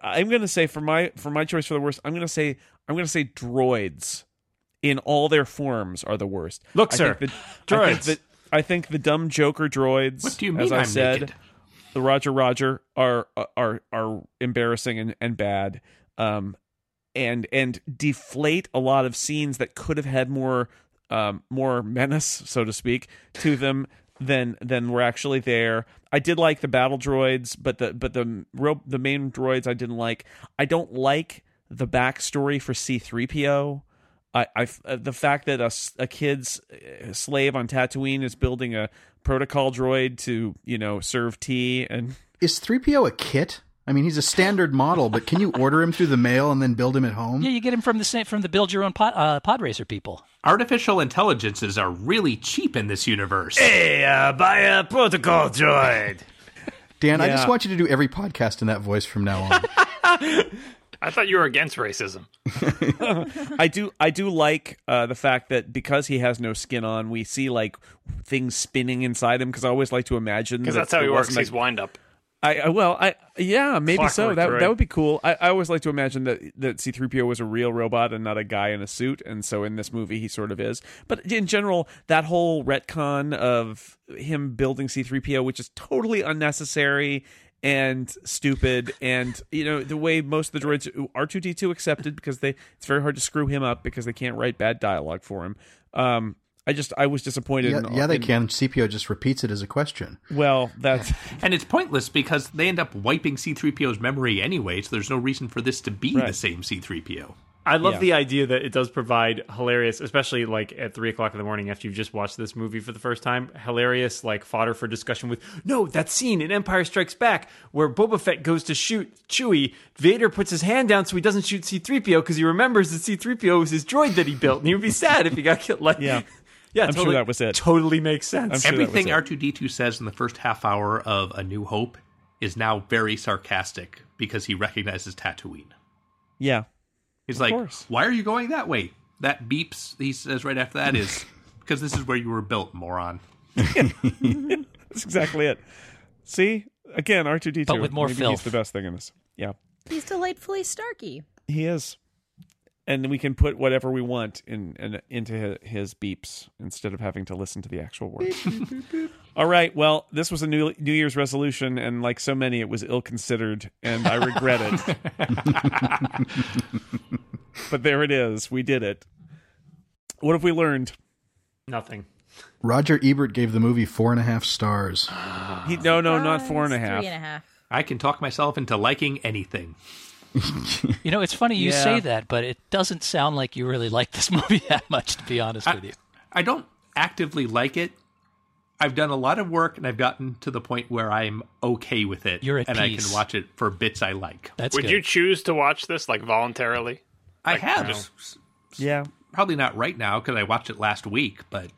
C: I'm gonna say for my for my choice for the worst, I'm gonna say I'm gonna say droids in all their forms are the worst.
I: Look,
C: I
I: sir,
C: think the, I think
I: droids.
C: the- I think the dumb Joker droids.
E: What do you
C: As
E: mean
C: I
E: I'm
C: said,
E: naked?
C: the Roger Roger are are are embarrassing and and bad. Um, and and deflate a lot of scenes that could have had more um more menace, so to speak, to them than than were actually there. I did like the battle droids, but the but the real the main droids I didn't like. I don't like the backstory for C three PO. I, I f- uh, the fact that a, s- a kid's uh, slave on Tatooine is building a protocol droid to you know serve tea and
H: Is 3PO a kit? I mean, he's a standard model, but can you order him through the mail and then build him at home?
F: Yeah, you get him from the sa- from the build your own pod, uh, pod racer people.
E: Artificial intelligences are really cheap in this universe.
C: Eh.
I: Hey, uh, buy a protocol droid.
H: Dan, I
C: Yeah.
H: just want you to do every podcast in that voice from now on.
A: I thought you were against racism.
C: I do I do like uh, the fact that because he has no skin on, we see like things spinning inside him. Because I always like to imagine
A: Because
C: that
A: that's how
C: it
A: he works.
C: wasn't,
A: He's wind up.
C: Like, I I- well, I yeah, maybe so.
I: Clockwork
C: That
I: droid.
C: that would be cool. I, I always like to imagine that that C three PO was a real robot and not a guy in a suit. And so in this movie, he sort of is. But in general, that whole retcon of him building C three PO, which is totally unnecessary. And stupid, and you know the way most of the droids R two D two accepted because they it's very hard to screw him up because they can't write bad dialogue for him. Um, I just I was disappointed.
H: yeah,
C: in-
H: yeah, they
C: in-
H: can. CPO just repeats it as a question.
C: Well, that's
E: And it's pointless because they end up wiping C3PO's memory anyway, so there's no reason for this to be the
C: Right.
E: same C3PO.
I: I love
C: Yeah.
I: the idea that it does provide hilarious, especially like at three o'clock in the morning after you've just watched this movie for the first time. Hilarious, like fodder for discussion with no that scene in Empire Strikes Back where Boba Fett goes to shoot Chewie. Vader puts his hand down so he doesn't shoot C three PO because he remembers that C three PO was his droid that he built, and he would be sad if he got killed. Like,
C: Yeah.
I: (laughs) yeah,
C: I'm sure
I: totally-
C: that was it.
I: Totally makes sense.
C: I'm sure that was
E: Everything
C: it.
E: R2D2 says in the first half hour of A New Hope is now very sarcastic because he recognizes Tatooine.
C: Yeah.
E: He's like,
C: course.
E: "Why are you going that way?" That beeps. He says right after that
I: (laughs)
E: is because this is where you were built, moron.
C: That's exactly it. See, again, R two D two,
F: But with more
C: Maybe He's
F: filth.
C: the best thing in this. Yeah,
G: He's delightfully snarky.
C: he is. And we can put whatever we want in, in into hi- his beeps instead of having to listen to the actual words. (laughs) All right. Well, this was a new New Year's resolution, and like so many, it was ill considered, and I regret it.
F: (laughs)
C: but there it is. We did it. What have we learned?
I: Nothing.
H: Roger Ebert gave the movie four and a half stars.
C: He, no, no, Oh, not four and a
G: It's
C: half.
G: Three and a half.
E: I can talk myself into liking anything.
F: You know, it's funny you
D: Yeah.
F: say that, but it doesn't sound like you really like this (laughs) movie that much, to be honest with you.
E: I don't actively like it. I've done a lot of work and I've gotten to the point where I'm okay with it.
F: You're at
E: and I
F: peace.
E: can watch it for bits I like.
F: That's
A: Would
F: good.
A: you choose to watch this like voluntarily?
E: I have
C: Yeah.
E: probably not right now because I watched it last week, but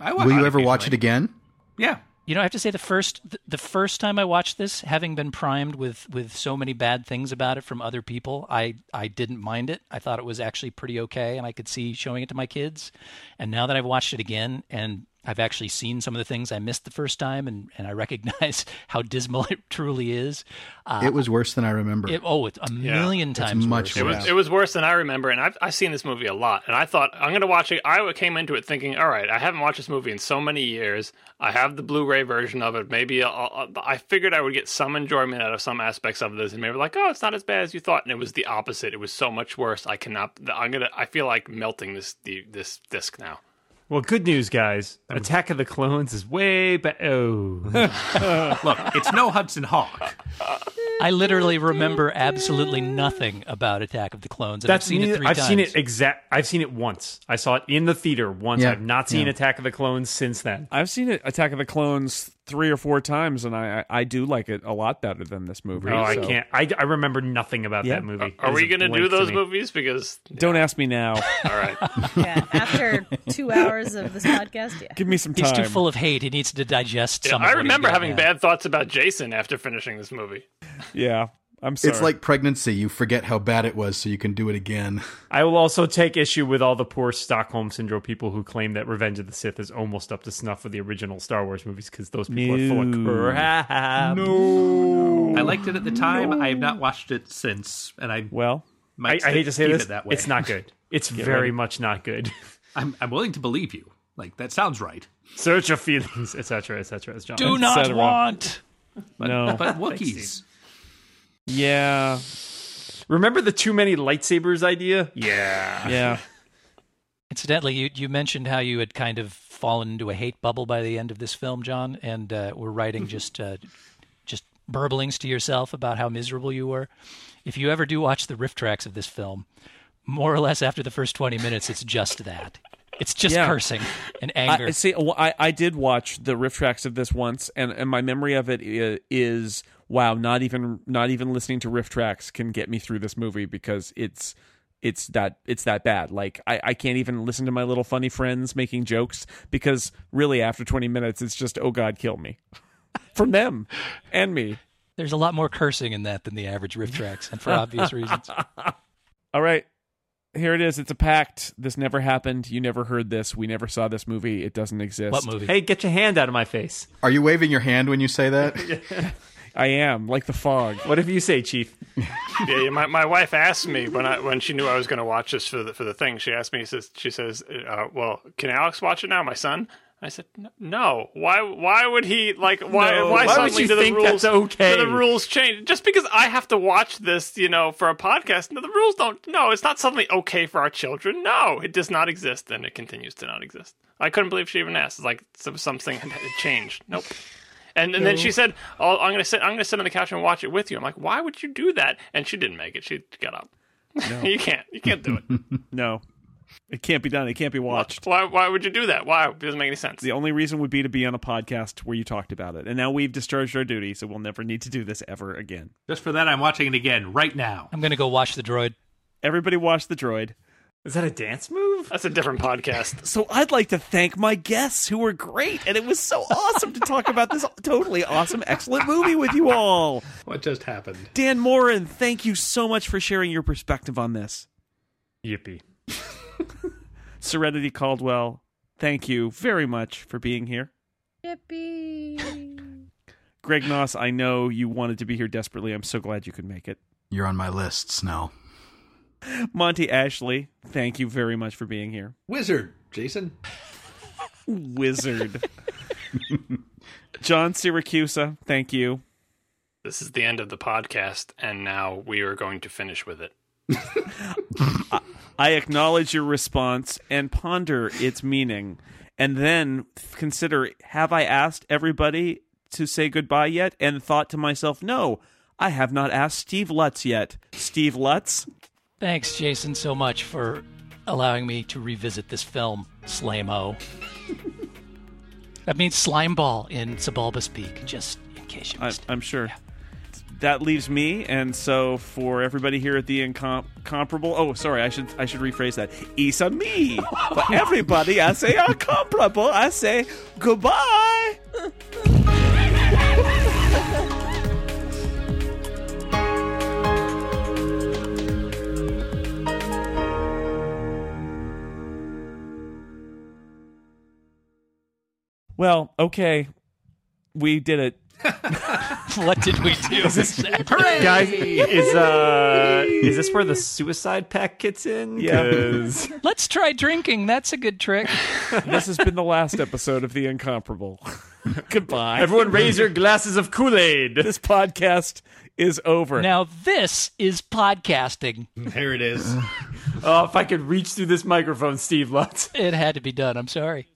E: I watch
H: Will
E: it
H: you ever watch it
E: occasionally.
H: again?
E: Yeah.
F: You know, I have to say the first th- the first time I watched this, having been primed with with so many bad things about it from other people, I I didn't mind it. I thought it was actually pretty okay, and I could see showing it to my kids. And now that I've watched it again, and I've actually seen some of the things I missed the first time, and and I recognize (laughs) how dismal it truly is. Uh,
H: It was worse than I remember.
F: it, oh, it's a million times
H: much
A: It
F: worse.
H: worse.
A: was it was worse than I remember, and I've I've seen this movie a lot, and I thought I'm gonna watch it. I came into it thinking, all right, I haven't watched this movie in so many years. I have the Blu-ray version of it. Maybe I'll, I'll- I figured I would get some enjoyment out of some aspects of this, and maybe like, oh, it's not as bad as you thought. And it was the opposite. It was so much worse. I cannot. I'm gonna. I feel like melting this the, this disc now.
I: Well, good news, guys. Attack of the Clones is way back. Oh,
E: Look, it's no Hudson Hawk.
F: I literally remember absolutely nothing about Attack of the Clones. And (laughs)
I: that's
F: I've seen
I: neither-
F: it three
I: I've
F: times.
I: seen it exact. I've seen it once. I saw it in the theater once.
H: Yeah.
I: I've not seen
H: Yeah.
I: Attack of the Clones since then.
C: I've seen it Attack of the Clones three or four times, and I I I do like it a lot better than this movie.
I: Oh, I
C: so-
I: can't. I, I remember nothing about
C: Yeah.
I: that movie.
A: Uh, Are
I: It
A: we
I: is a
A: gonna do
I: blank to
A: those
I: me.
A: movies? Because
C: Don't ask me now.
A: all right,
G: Yeah,
C: (laughs)
G: after two hours of this podcast, yeah.
C: Give me some time.
F: (laughs) He's too full of hate. He needs to digest (laughs) some. of
A: I
F: what he's
A: remember
F: got
A: having
F: now.
A: bad thoughts about Jason after finishing this movie.
C: Yeah, I'm sorry.
H: It's like pregnancy. You forget how bad it was, so you can do it again.
I: I will also take issue with all the poor Stockholm syndrome people who claim that Revenge of the Sith is almost up to snuff with the original Star Wars movies because those people are full of
C: No.
I: crap.
E: I liked it at the time. I have not watched it since, and I
C: well,
I: I,
E: might
I: I hate to say
E: keep
I: this.
E: It that way.
I: It's not (laughs) good. It's very much not good. (laughs)
E: I'm, I'm willing to believe you. Like that sounds right.
I: Search your feelings, etc., etc. As John
F: Do not
C: cetera.
F: want.
C: no.
E: (laughs) But Wookiees.
C: yeah,
I: remember the too many lightsabers idea.
A: Yeah.
I: (laughs)
C: yeah.
F: Incidentally, you, you mentioned how you had kind of fallen into a hate bubble by the end of this film, John, and uh, were writing just uh, just burblings to yourself about how miserable you were. If you ever do watch the riff tracks of this film, more or less after the first twenty minutes, it's just that. It's just
C: Yeah.
F: cursing and anger.
C: I, see, well, I I did watch the riff tracks of this once, and and my memory of it i- is wow. Not even not even listening to riff tracks can get me through this movie because it's. It's that it's that bad. Like I, I can't even listen to my little funny friends making jokes because really after twenty minutes it's just oh god kill me, (laughs) from them, and me.
F: There's a lot more cursing in that than the average riff tracks, and for obvious reasons.
C: All right. Here it is. It's a pact. This never happened. You never heard this. We never saw this movie. It doesn't exist.
F: What movie?
I: Hey, get your hand out of my face.
H: Are you waving your hand when you say that?
C: I am like the fog.
I: Whatever you say, Chief.
A: Yeah, yeah, my, my wife asked me when I when she knew I was going to watch this for the for the thing. She asked me, says she says, uh, "Well, can Alex watch it now, my son?" I said, "N- "No. Why? Why would he like? Why?
I: No.
A: Why,
I: Why would
A: suddenly
I: you
A: do the
I: think
A: rules
I: that's okay?
A: Do the rules change just because I have to watch this, you know, for a podcast? No, the rules don't. No, it's not suddenly okay for our children. No, it does not exist, and it continues to not exist. I couldn't believe she even asked. It's like some- something had had changed. Nope. And, and then she said, oh, "I'm going to sit. I'm going to sit on the couch and watch it with you." I'm like, "Why would you do that?" And she didn't make it. She got up. (laughs) you can't. You can't do it.
C: No. It can't be done. It can't be watched.
A: why? Why would you do that? Why? It doesn't make any sense.
C: The only reason would be to be on a podcast where you talked about it. And now we've discharged our duty, so we'll never need to do this ever again.
E: Just for that, I'm watching it again right now.
F: I'm going to go watch the droid.
C: Everybody watch the droid.
I: Is that a dance move?
A: That's a different podcast.
C: So I'd like to thank my guests who were great, and it was so awesome to talk about this totally awesome, excellent movie with you all.
E: What just happened?
C: Dan Morin, thank you so much for sharing your perspective on this.
I: Yippee.
C: Serenity Caldwell, thank you very much for being here.
G: Yippee.
C: Greg Noss, I know you wanted to be here desperately. I'm so glad you could make it.
H: You're on my list, Snell.
C: Monty Ashley, thank you very much for being here.
E: Wizard, Jason.
C: Wizard. (laughs) John Syracusa, thank you.
A: This is the end of the podcast, and now we are going to finish with it.
C: I acknowledge your response and ponder its meaning, and then consider have I asked everybody to say goodbye yet? And thought to myself, no, I have not asked Steve Lutz yet. Steve Lutz?
F: Thanks, Jason, so much for allowing me to revisit this film, Slamo. that means slime ball in Sebulba speak, just in case you
C: I,
F: missed it.
C: I'm sure. That leaves me, and so for everybody here at the incomparable. Oh, sorry, I should I should rephrase that. Isa me. For everybody, I say incomparable. I say goodbye. (laughs) Well, okay, we did it.
F: (laughs) What did we do?
I: Guys, is uh is this where the suicide pack gets in?
C: Yeah.
I: 'Cause-
F: Let's try drinking. That's a good trick.
C: This has been the last episode of the incomparable. (laughs) goodbye.
I: Everyone raise your glasses of Kool-Aid.
C: this podcast is over.
F: Now, this is podcasting.
E: There it is.
I: Oh, if I could reach through this microphone, Steve Lutz.
F: It had to be done. I'm sorry.